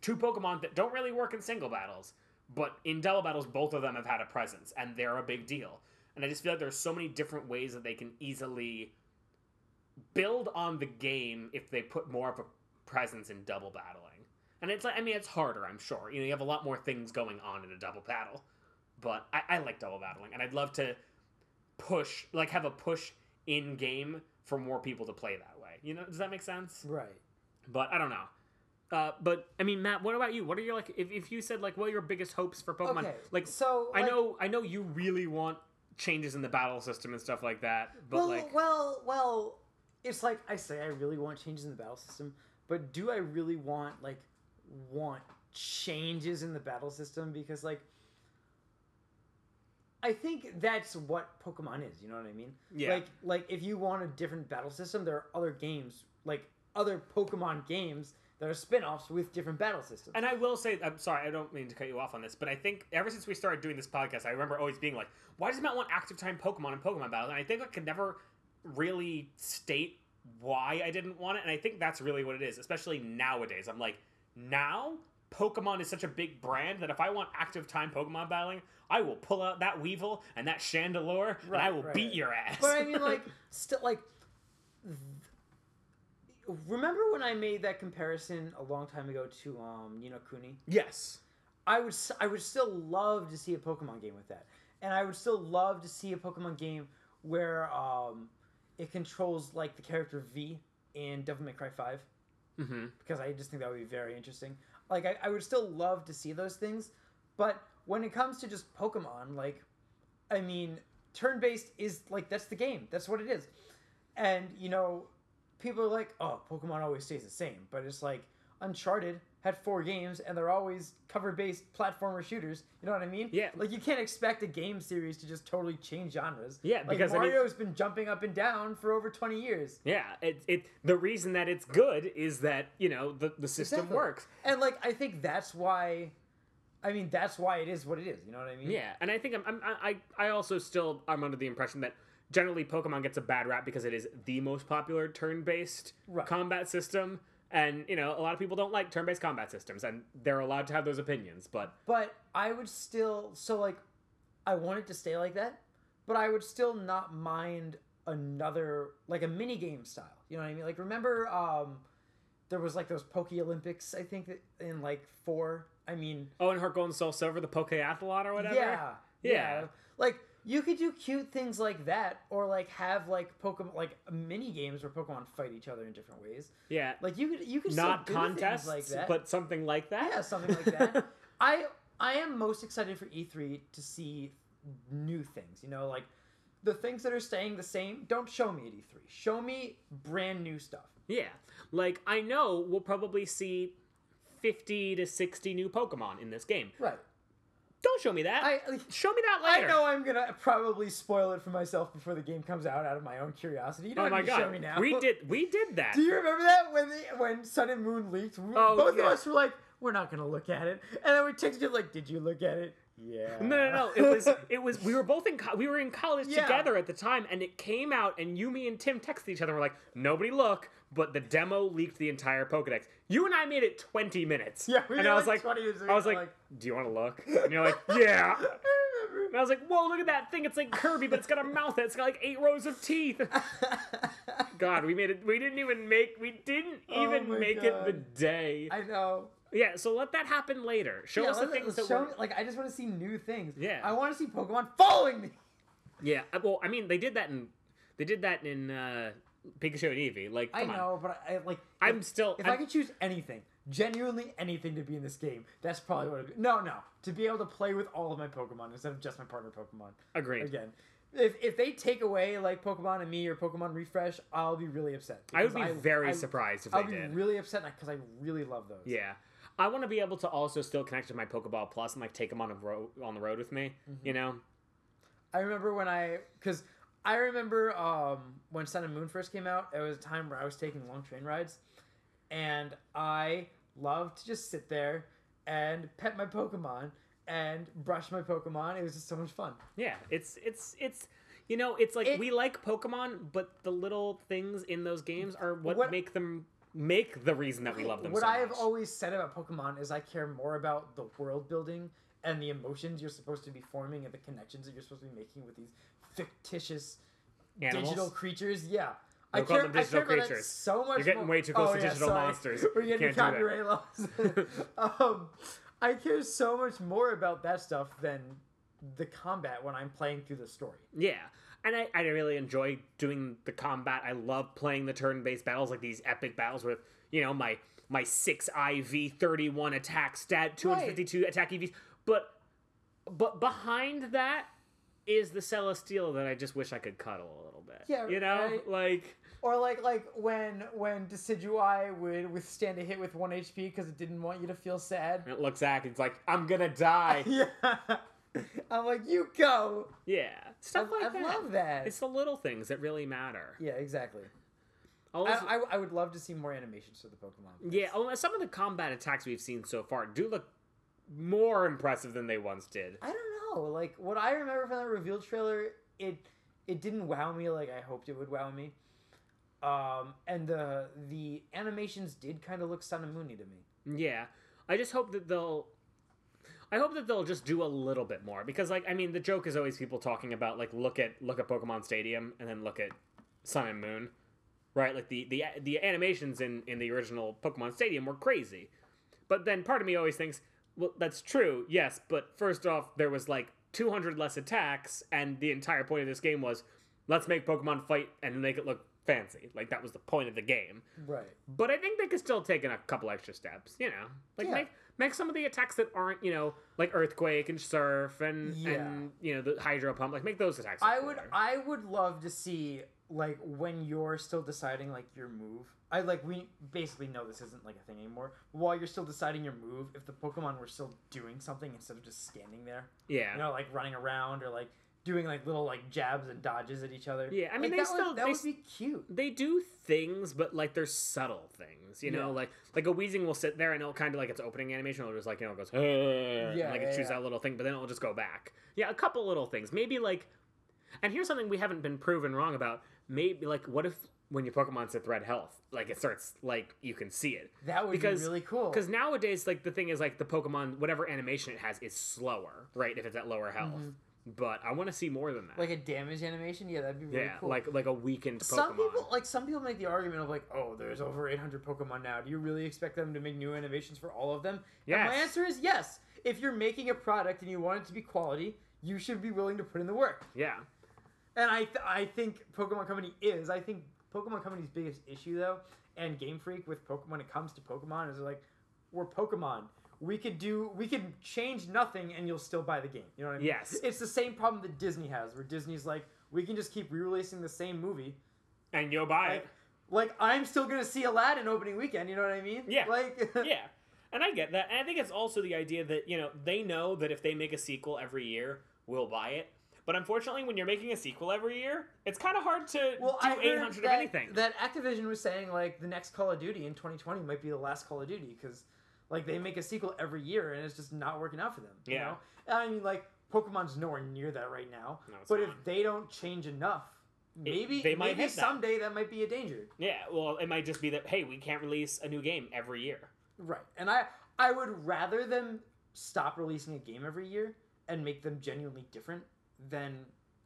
S1: two pokemon that don't really work in single battles but in double battles both of them have had a presence and they're a big deal and i just feel like there's so many different ways that they can easily build on the game if they put more of a presence in double battling. And it's like, I mean, it's harder, I'm sure. You know, you have a lot more things going on in a double battle. But I, I like double battling, and I'd love to push, like, have a push in game for more people to play that way. You know, does that make sense?
S2: Right.
S1: But I don't know. Uh, but I mean, Matt, what about you? What are your like? If, if you said like, what are your biggest hopes for Pokemon?
S2: Okay.
S1: Like,
S2: so
S1: I
S2: like-
S1: know, I know you really want changes in the battle system and stuff like that. But
S2: well,
S1: like,
S2: well, well, it's like I say, I really want changes in the battle system, but do I really want like want changes in the battle system? Because like, I think that's what Pokemon is. You know what I mean?
S1: Yeah.
S2: Like, like if you want a different battle system, there are other games, like other Pokemon games that are spin-offs with different battle systems.
S1: And I will say, I'm sorry, I don't mean to cut you off on this, but I think ever since we started doing this podcast, I remember always being like, why does Matt want active time Pokemon and Pokemon battles? And I think I could never really state why I didn't want it. And I think that's really what it is, especially nowadays. I'm like, now Pokemon is such a big brand that if I want active time Pokemon battling, I will pull out that Weevil and that Chandelure and I
S2: Right,
S1: will
S2: right,
S1: beat
S2: right.
S1: your ass.
S2: But I mean, like, still, like, th- remember when I made that comparison a long time ago to um, Nino Kuni?
S1: [LAUGHS] yes.
S2: I would, s- I would still love to see a Pokemon game with that, and I would still love to see a Pokemon game where um, it controls like the character V in Devil May Cry Five,
S1: Mm-hmm.
S2: because I just think that would be very interesting. Like, I, I would still love to see those things, but when it comes to just Pokemon, like, I mean, turn based is like that's the game. That's what it is. And you know, people are like, "Oh, Pokemon always stays the same," but it's like Uncharted had four games, and they're always cover based platformer shooters. You know what I mean?
S1: Yeah.
S2: Like you can't expect a game series to just totally change genres.
S1: Yeah,
S2: Like,
S1: because, I mean-
S2: Mario's been jumping up and down for over twenty years.
S1: Yeah. It, it, the reason that it's good is that, you know, the, the system
S2: Exactly.
S1: works.
S2: And like I think that's why I mean that's why it is what it is, you know what I mean?
S1: Yeah, and I think I'm, I'm I I also still I'm under the impression that generally Pokemon gets a bad rap because it is the most popular turn-based
S2: Right.
S1: combat system, and you know a lot of people don't like turn-based combat systems, and they're allowed to have those opinions. But
S2: But I would still so like I want it to stay like that, but I would still not mind another like a mini game style. You know what I mean? Like remember um there was like those Poke Olympics, I think that- in like 4. I mean,
S1: oh, and Heart Gold and Soul Silver, the Pokeathlon or whatever.
S2: Yeah,
S1: Yeah.
S2: yeah. Like you could do cute things like that, or like have like Pokemon like mini games where Pokemon fight each other in different ways.
S1: yeah,
S2: Like you could you could still
S1: not
S2: do things
S1: contests,
S2: like that.
S1: but something like that.
S2: yeah, something like
S1: [LAUGHS]
S2: that. I I am most excited for E3 to see new things. You know, like the things that are staying the same. Don't show me at E3. Show me brand new stuff.
S1: Yeah. Like I know we'll probably see. 50 to 60 new Pokemon in this game.
S2: Right.
S1: Don't show me that.
S2: I
S1: show me that
S2: I
S1: later.
S2: know I'm gonna probably spoil it for myself before the game comes out out of my own curiosity. You don't
S1: Oh my
S2: need to
S1: god.
S2: show me now. [LAUGHS]
S1: We did we did that.
S2: Do you remember that when the, when Sun and Moon leaked? We-
S1: Oh,
S2: both
S1: yeah.
S2: of us were like, "We're not gonna look at it," and then we texted you like, "Did you look at it?" Yeah.
S1: No, no, no. It
S2: [LAUGHS]
S1: was, it was. We were both in, co- we were in college
S2: Yeah.
S1: together at the time, and it came out, and Yumi and Tim texted each other. and We're like, nobody look, but the demo leaked the entire Pokedex. You and I made it twenty minutes.
S2: Yeah, we
S1: and
S2: were
S1: I was
S2: like
S1: like,
S2: 20 minutes
S1: I was
S2: ago,
S1: like, do you want to look? And you're like, yeah.
S2: I remember.
S1: And I was like, whoa, look at that thing. It's like Kirby, but it's got a mouth. and It's got like eight rows of teeth.
S2: [LAUGHS]
S1: God, we made it. We didn't even make. We didn't
S2: Oh
S1: even
S2: my
S1: make it the
S2: God.
S1: day.
S2: I know.
S1: yeah. So let that happen later. Show
S2: Yeah,
S1: us the
S2: let-
S1: things that
S2: show
S1: were.
S2: me- like I just want to see new things.
S1: Yeah.
S2: I want to see Pokemon following me.
S1: Yeah, uh, well, I mean, they did that in they did that in uh, Pikachu and Eevee. Like,
S2: I
S1: come on,
S2: know, but I like.
S1: I'm
S2: if,
S1: still.
S2: if
S1: I'm,
S2: i could choose anything, genuinely anything to be in this game, that's probably what. I'd be. No, no, to be able to play with all of my Pokemon instead of just my partner Pokemon.
S1: agreed.
S2: Again, if if they take away like Pokemon and me or Pokemon Refresh, I'll be really upset.
S1: I would be
S2: because
S1: very
S2: I-
S1: surprised if
S2: I'll
S1: they
S2: be
S1: did.
S2: really upset because I really love those.
S1: yeah, I want to be able to also still connect to my Pokeball Plus and like take them on a ro- on the road with me.
S2: Mm-hmm.
S1: You know?
S2: I remember when I because I remember um, when Sun and Moon first came out. It was a time where I was taking long train rides, and I loved to just sit there and pet my Pokemon and brush my Pokemon. It was just so much fun.
S1: Yeah, it's it's it's. You know, it's like
S2: It-
S1: we like Pokemon, but the little things in those games are what,
S2: What-
S1: make them make the reason that we love them.
S2: What
S1: so
S2: I have
S1: much.
S2: always said about Pokemon is I care more about the world building and the emotions you're supposed to be forming and the connections that you're supposed to be making with these fictitious
S1: Animals?
S2: digital creatures. Yeah. I
S1: We'll call them digital
S2: I care about that
S1: creatures.
S2: so much.
S1: You're getting
S2: more-
S1: way too close
S2: Oh,
S1: to
S2: yeah,
S1: digital
S2: sorry.
S1: monsters.
S2: We're getting
S1: Can't do that.
S2: copyright
S1: [LAUGHS]
S2: laws. um, I care so much more about that stuff than the combat when I'm playing through the story.
S1: Yeah. And I, I really enjoy doing the combat. I love playing the turn-based battles, like these epic battles with, you know, my my six IV thirty-one attack stat, two hundred fifty-two attack EVs. But but behind that is the Celesteal that I just wish I could cuddle a little bit.
S2: Yeah,
S1: you know,
S2: right.
S1: like
S2: Or like like when when Decidueye would withstand a hit with one HP because it didn't want you to feel sad.
S1: it looks back, it's like I'm gonna
S2: [LAUGHS]
S1: die.
S2: Yeah. I'm like, you go.
S1: yeah, stuff
S2: I,
S1: like
S2: I
S1: that.
S2: love that.
S1: It's the little things that really matter.
S2: yeah, exactly.
S1: All
S2: I,
S1: this-
S2: I, I would love to see more animations for the Pokemon.
S1: Yeah, well, some of the combat attacks we've seen so far do look more impressive than they once did.
S2: I don't know. Like what I remember from that reveal trailer, it it didn't wow me like I hoped it would wow me. Um, and the the animations did kind of look Sun and Moony to me.
S1: Yeah, I just hope that they'll. I hope that they'll just do a little bit more because, like, I mean, the joke is always people talking about like look at look at Pokemon Stadium and then look at Sun and Moon, right? Like the the the animations in in the original Pokemon Stadium were crazy, but then part of me always thinks, well, that's true, yes, but first off, there was like 200 less attacks, and the entire point of this game was let's make Pokemon fight and make it look fancy. Like that was the point of the game.
S2: Right.
S1: But I think they could still take in a couple extra steps, you know. Like
S2: Yeah.
S1: make make some of the attacks that aren't, you know, like earthquake and surf and
S2: Yeah.
S1: and you know the hydro pump. Like make those attacks.
S2: I
S1: look
S2: would
S1: cooler.
S2: I would love to see like when you're still deciding like your move. I like we basically know this isn't like a thing anymore. While you're still deciding your move, if the Pokemon were still doing something instead of just standing there,
S1: yeah,
S2: you know, like running around or like doing like little like jabs and dodges at each other.
S1: Yeah, I mean,
S2: Like,
S1: they
S2: that
S1: still-
S2: would, that
S1: they
S2: would be cute.
S1: they do things, but like they're subtle things, you know.
S2: Yeah.
S1: Like like a Weezing will sit there and it'll kind of like its opening animation will just like you know it goes "Hey," and,
S2: Yeah,
S1: like
S2: yeah,
S1: it shoots
S2: yeah.
S1: that little thing, but then it'll just go back. Yeah, a couple little things, maybe like. And here's something we haven't been proven wrong about. Maybe like what if when your Pokemon's at threat health, like it starts like you can see it.
S2: That would
S1: because-
S2: be really cool.
S1: Because nowadays, like the thing is, like the Pokemon, whatever animation it has, is slower, right? If it's at lower health. But I want to see more than that.
S2: like a damage animation, yeah, that'd be really
S1: yeah,
S2: cool.
S1: like like a weakened Pokemon.
S2: some people like some people make the argument of like, oh, there's over 800 Pokemon now. Do you really expect them to make new animations for all of them? And my
S1: Yes.
S2: answer is yes. If you're making a product and you want it to be quality, you should be willing to put in the work.
S1: yeah,
S2: And I th- I think Pokemon Company is. I think Pokemon Company's biggest issue though, and Game Freak with Pokemon when it comes to Pokemon is they're like, we're Pokemon. We could do we could change nothing and you'll still buy the game. You know what I mean?
S1: Yes.
S2: It's the same problem that Disney has, where Disney's like, we can just keep re-releasing the same movie
S1: and you'll buy
S2: like, like I'm still gonna see Aladdin opening weekend. You know what I mean?
S1: Yeah.
S2: Like, [LAUGHS]
S1: it. [LAUGHS] yeah, and I get that, and I think it's also the idea that you know they know that if they make a sequel every year, we'll buy it. But unfortunately, when you're making a sequel every year, it's kind of hard to
S2: well,
S1: do
S2: I heard
S1: 800
S2: that,
S1: of anything.
S2: That Activision was saying like the next Call of Duty in 2020 might be the last Call of Duty because Like they make a sequel every year, and it's just not working out for them. You
S1: Yeah.
S2: know? And I mean, like Pokemon's nowhere near that right now.
S1: No, it's
S2: but if
S1: not.
S2: they don't change enough, maybe
S1: they might
S2: maybe
S1: hit that.
S2: someday that might be a danger.
S1: Yeah, well, it might just be that hey, we can't release a new game every year.
S2: Right. And I I would rather them stop releasing a game every year and make them genuinely different than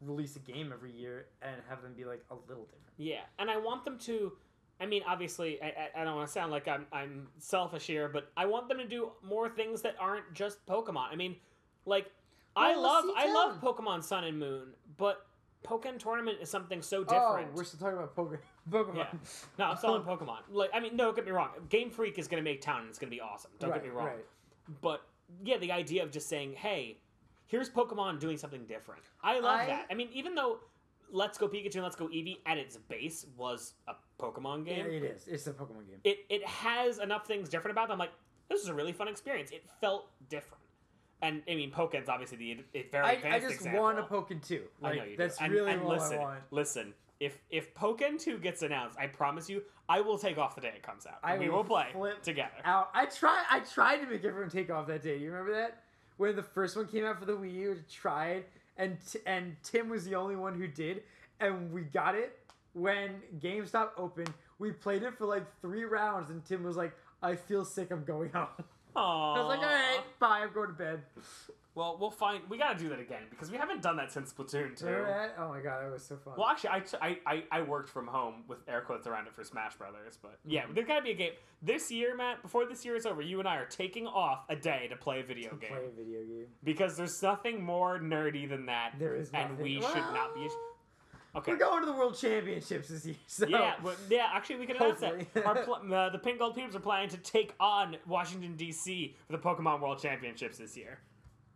S2: release a game every year and have them be like a little different.
S1: Yeah, and I want them to. I mean, obviously, I, I, I don't want to sound like I'm I'm selfish here, but I want them to do more things that aren't just Pokemon. I mean, like I
S2: Well,
S1: love
S2: let's see
S1: I love
S2: town.
S1: Pokemon Sun and Moon, but Pokemon Tournament is something so
S2: Oh,
S1: different.
S2: we're still talking about Pokemon. [LAUGHS] Pokemon.
S1: yeah, no,
S2: [LAUGHS]
S1: I'm still on Pokemon. Like, I mean, no, don't get me wrong. Game Freak is gonna make Town, and it's gonna be awesome. Don't
S2: right,
S1: get me wrong.
S2: Right.
S1: But yeah, the idea of just saying, "Hey, here's Pokemon doing something different." I love
S2: I-
S1: that. I mean, even though Let's Go Pikachu and Let's Go Eevee at its base was a Pokemon
S2: Yeah,
S1: game,
S2: it is. It's a Pokemon game.
S1: it it has enough things different about them. Like this is a really fun experience. It felt different, and I mean, Pokemon's obviously the ad- it very
S2: I,
S1: advanced
S2: I just
S1: example.
S2: want a Pokemon too.
S1: I
S2: Like
S1: know you
S2: that's
S1: do. And,
S2: really
S1: and
S2: all
S1: listen,
S2: I want.
S1: listen. If if Pokemon Two gets announced, I promise you, I will take off the day it comes out.
S2: I
S1: we
S2: will
S1: will play
S2: flip
S1: together.
S2: Ow. I try I tried to make everyone take off that day. You remember that? When the first one came out for the Wii U, I tried and t- and Tim was the only one who did and we got it when GameStop opened. We played it for like 3 rounds and Tim was like, "I feel sick. I'm going home." I was like, "All right, bye. I'm going to bed."
S1: Well, we'll find. We gotta do that again because we haven't done that since Splatoon two.
S2: Remember that? Oh my god, that was so fun.
S1: Well, actually, I, t- I, I, I worked from home with air quotes around it for Smash Brothers, but yeah,
S2: Mm-hmm.
S1: there's gotta be a game this year, Matt. Before this year is over, you and I are taking off a day to play a video game
S2: Play a video game.
S1: because there's nothing more nerdy than that,
S2: There is
S1: and
S2: nothing-
S1: we should not
S2: [LAUGHS]
S1: be.
S2: Well,
S1: Okay.
S2: We're going to the World Championships this year. [LAUGHS] So
S1: Yeah, well, yeah. Actually, we can announce
S2: Hopefully. [LAUGHS]
S1: that our pl- uh, the Pink Gold Peeps are planning to take on Washington D.C. for the Pokemon World Championships this year.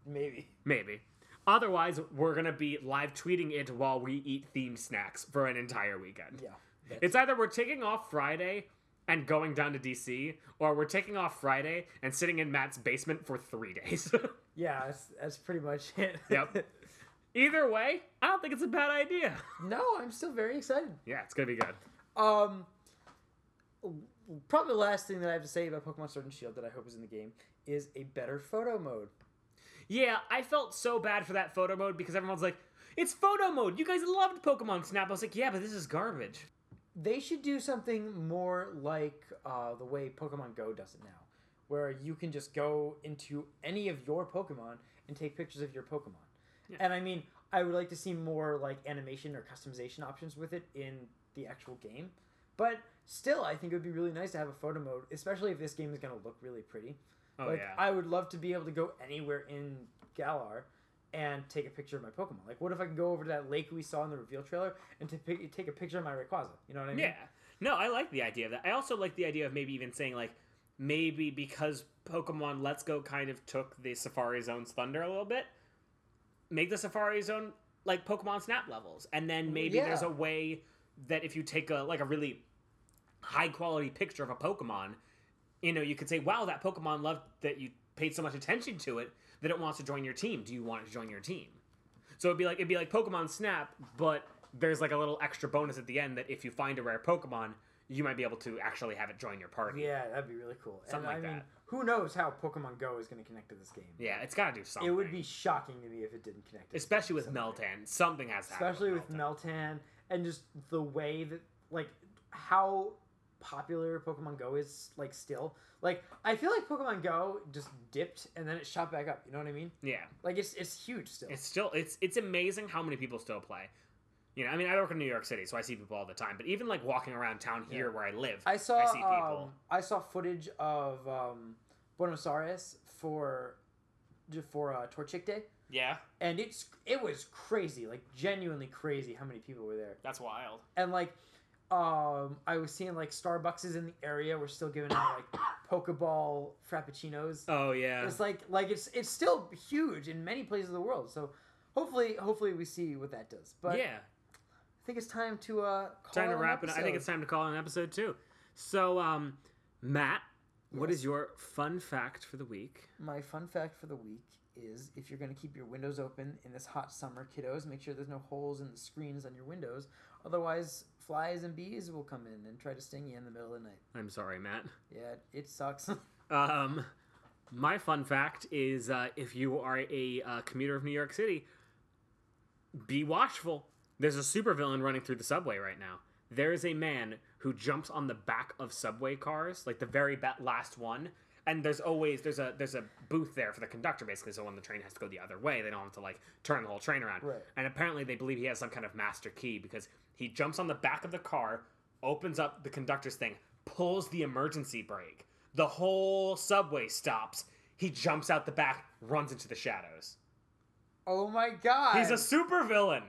S2: maybe.
S1: Maybe. Otherwise, we're gonna be live tweeting it while we eat themed snacks for an entire weekend. [LAUGHS]
S2: Yeah.
S1: It's either we're taking off Friday and going down to DC, or we're taking off Friday and sitting in Matt's basement for three days. [LAUGHS]
S2: Yeah, that's, that's pretty much it.
S1: Yep. either way, I don't think it's a bad idea.
S2: [LAUGHS] no, I'm still very excited.
S1: Yeah, it's gonna be good.
S2: Um, probably the last thing that I have to say about Pokemon Sword and Shield that I hope is in the game is a better photo mode.
S1: Yeah, I felt so bad for that photo mode because everyone's like, it's photo mode. You guys loved Pokemon Snap. I was like, yeah, but this is garbage.
S2: They should do something more like uh, the way Pokemon Go does it now, where you can just go into any of your Pokemon and take pictures of your Pokemon. And I mean, I would like to see more like animation or customization options with it in the actual game. But still, I think it would be really nice to have a photo mode, especially if this game is going to look really pretty.
S1: Oh,
S2: like
S1: yeah.
S2: I would love to be able to go anywhere in Galar and take a picture of my Pokemon. Like, what if I can go over to that lake we saw in the reveal trailer and to pic- take a picture of my Rayquaza? You know what I mean?
S1: Yeah. No, I like the idea of that. I also like the idea of maybe even saying like maybe because Pokemon Let's Go kind of took the Safari Zone's thunder a little bit, make the Safari Zone like Pokemon Snap levels, and then maybe
S2: yeah.
S1: there's a way that if you take a like a really high quality picture of a Pokemon, you know, you could say, "Wow, that Pokemon loved that you paid so much attention to it that it wants to join your team. Do you want it to join your team?" So it'd be like it'd be like Pokemon Snap, but there's like a little extra bonus at the end that if you find a rare Pokemon, you might be able to actually have it join your party.
S2: Yeah, that'd be really cool.
S1: Something
S2: and,
S1: like
S2: I mean,
S1: that.
S2: Who knows how Pokemon Go is going to connect to this game?
S1: Yeah, it's got to do something.
S2: It would be shocking to me if it didn't connect. To this
S1: especially
S2: game
S1: with
S2: somehow.
S1: Meltan. Something has to happen.
S2: especially with Meltan and just the way that like how popular Pokemon Go is like still like I feel like Pokemon Go just dipped and then it shot back up. You know what I mean?
S1: Yeah.
S2: Like it's it's huge still.
S1: It's still it's it's amazing how many people still play. You know, I mean, I work in New York City, so I see people all the time. But even like walking around town here where I live,
S2: I saw
S1: I see people.
S2: um, I saw footage of um, Buenos Aires for for uh, Torchic Day
S1: yeah,
S2: and it's it was crazy like genuinely crazy how many people were there.
S1: that's wild.
S2: and like um i was seeing like starbucks is in the area we're still giving out like [COUGHS] pokeball frappuccinos
S1: Oh yeah,
S2: it's like like it's it's still huge in many places of the world so hopefully hopefully we see what that does but
S1: yeah.
S2: i think it's time to uh call
S1: Time to
S2: it an
S1: wrap it. up. I think
S2: episode.
S1: it's time to call it an episode too. So, um, Matt, what is your fun fact for the week?
S2: my fun fact for the week is if you're going to keep your windows open in this hot summer kiddos make sure there's no holes in the screens on your windows otherwise flies and bees will come in and try to sting you in the middle of the night
S1: I'm sorry, Matt.
S2: yeah it sucks [LAUGHS]
S1: Um, My fun fact is uh, if you are a uh, commuter of New York City, be watchful. There's a supervillain running through the subway right now. There is a man who jumps on the back of subway cars, like the very ba- last one. And there's always there's a there's a booth there for the conductor basically, so when the train has to go the other way, they don't have to like turn the whole train around.
S2: Right.
S1: And apparently they believe he has some kind of master key because he jumps on the back of the car, opens up the conductor's thing, pulls the emergency brake. The whole subway stops. He jumps out the back, runs into the shadows.
S2: Oh my god.
S1: He's a supervillain.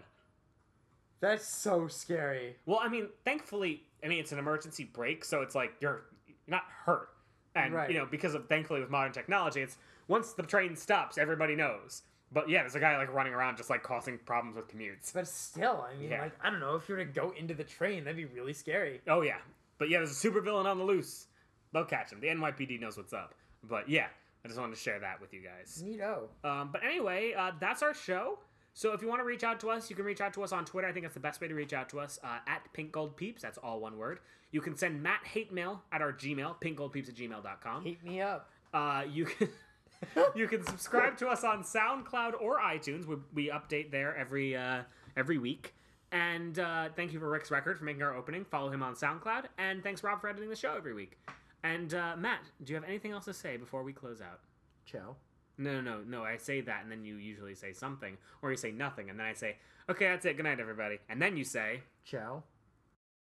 S2: That's so scary.
S1: Well, I mean, thankfully, I mean it's an emergency brake, so it's like you're you're not hurt, and
S2: Right.
S1: you know because of thankfully with modern technology, it's once the train stops, everybody knows. But yeah, there's a guy like running around just like causing problems with commutes.
S2: But still, I mean,
S1: Yeah.
S2: like, I don't know, if you were to go into the train, that'd be really scary.
S1: Oh yeah, but yeah, there's a supervillain on the loose. They'll catch him. The NYPD knows what's up. But yeah, I just wanted to share that with you guys.
S2: Neato.
S1: Um, but anyway, uh, that's our show. So if you want to reach out to us, you can reach out to us on Twitter. I think that's the best way to reach out to us uh, at Pink Gold Peeps. That's all one word. You can send Matt hate mail at our Gmail, pinkgoldpeeps at gmail.com.
S2: Heat me up.
S1: Uh, you can. [LAUGHS] You can subscribe to us on SoundCloud or iTunes. We, we update there every uh, every week. And uh, thank you for Rick's record for making our opening. Follow him on SoundCloud. And thanks Rob for editing the show every week. And uh, Matt, do you have anything else to say before we close out?
S2: Ciao.
S1: No, no, no, no. I say that, and then you usually say something, or you say nothing, and then I say, okay, that's it. Good night, everybody. And then you say,
S2: Ciao.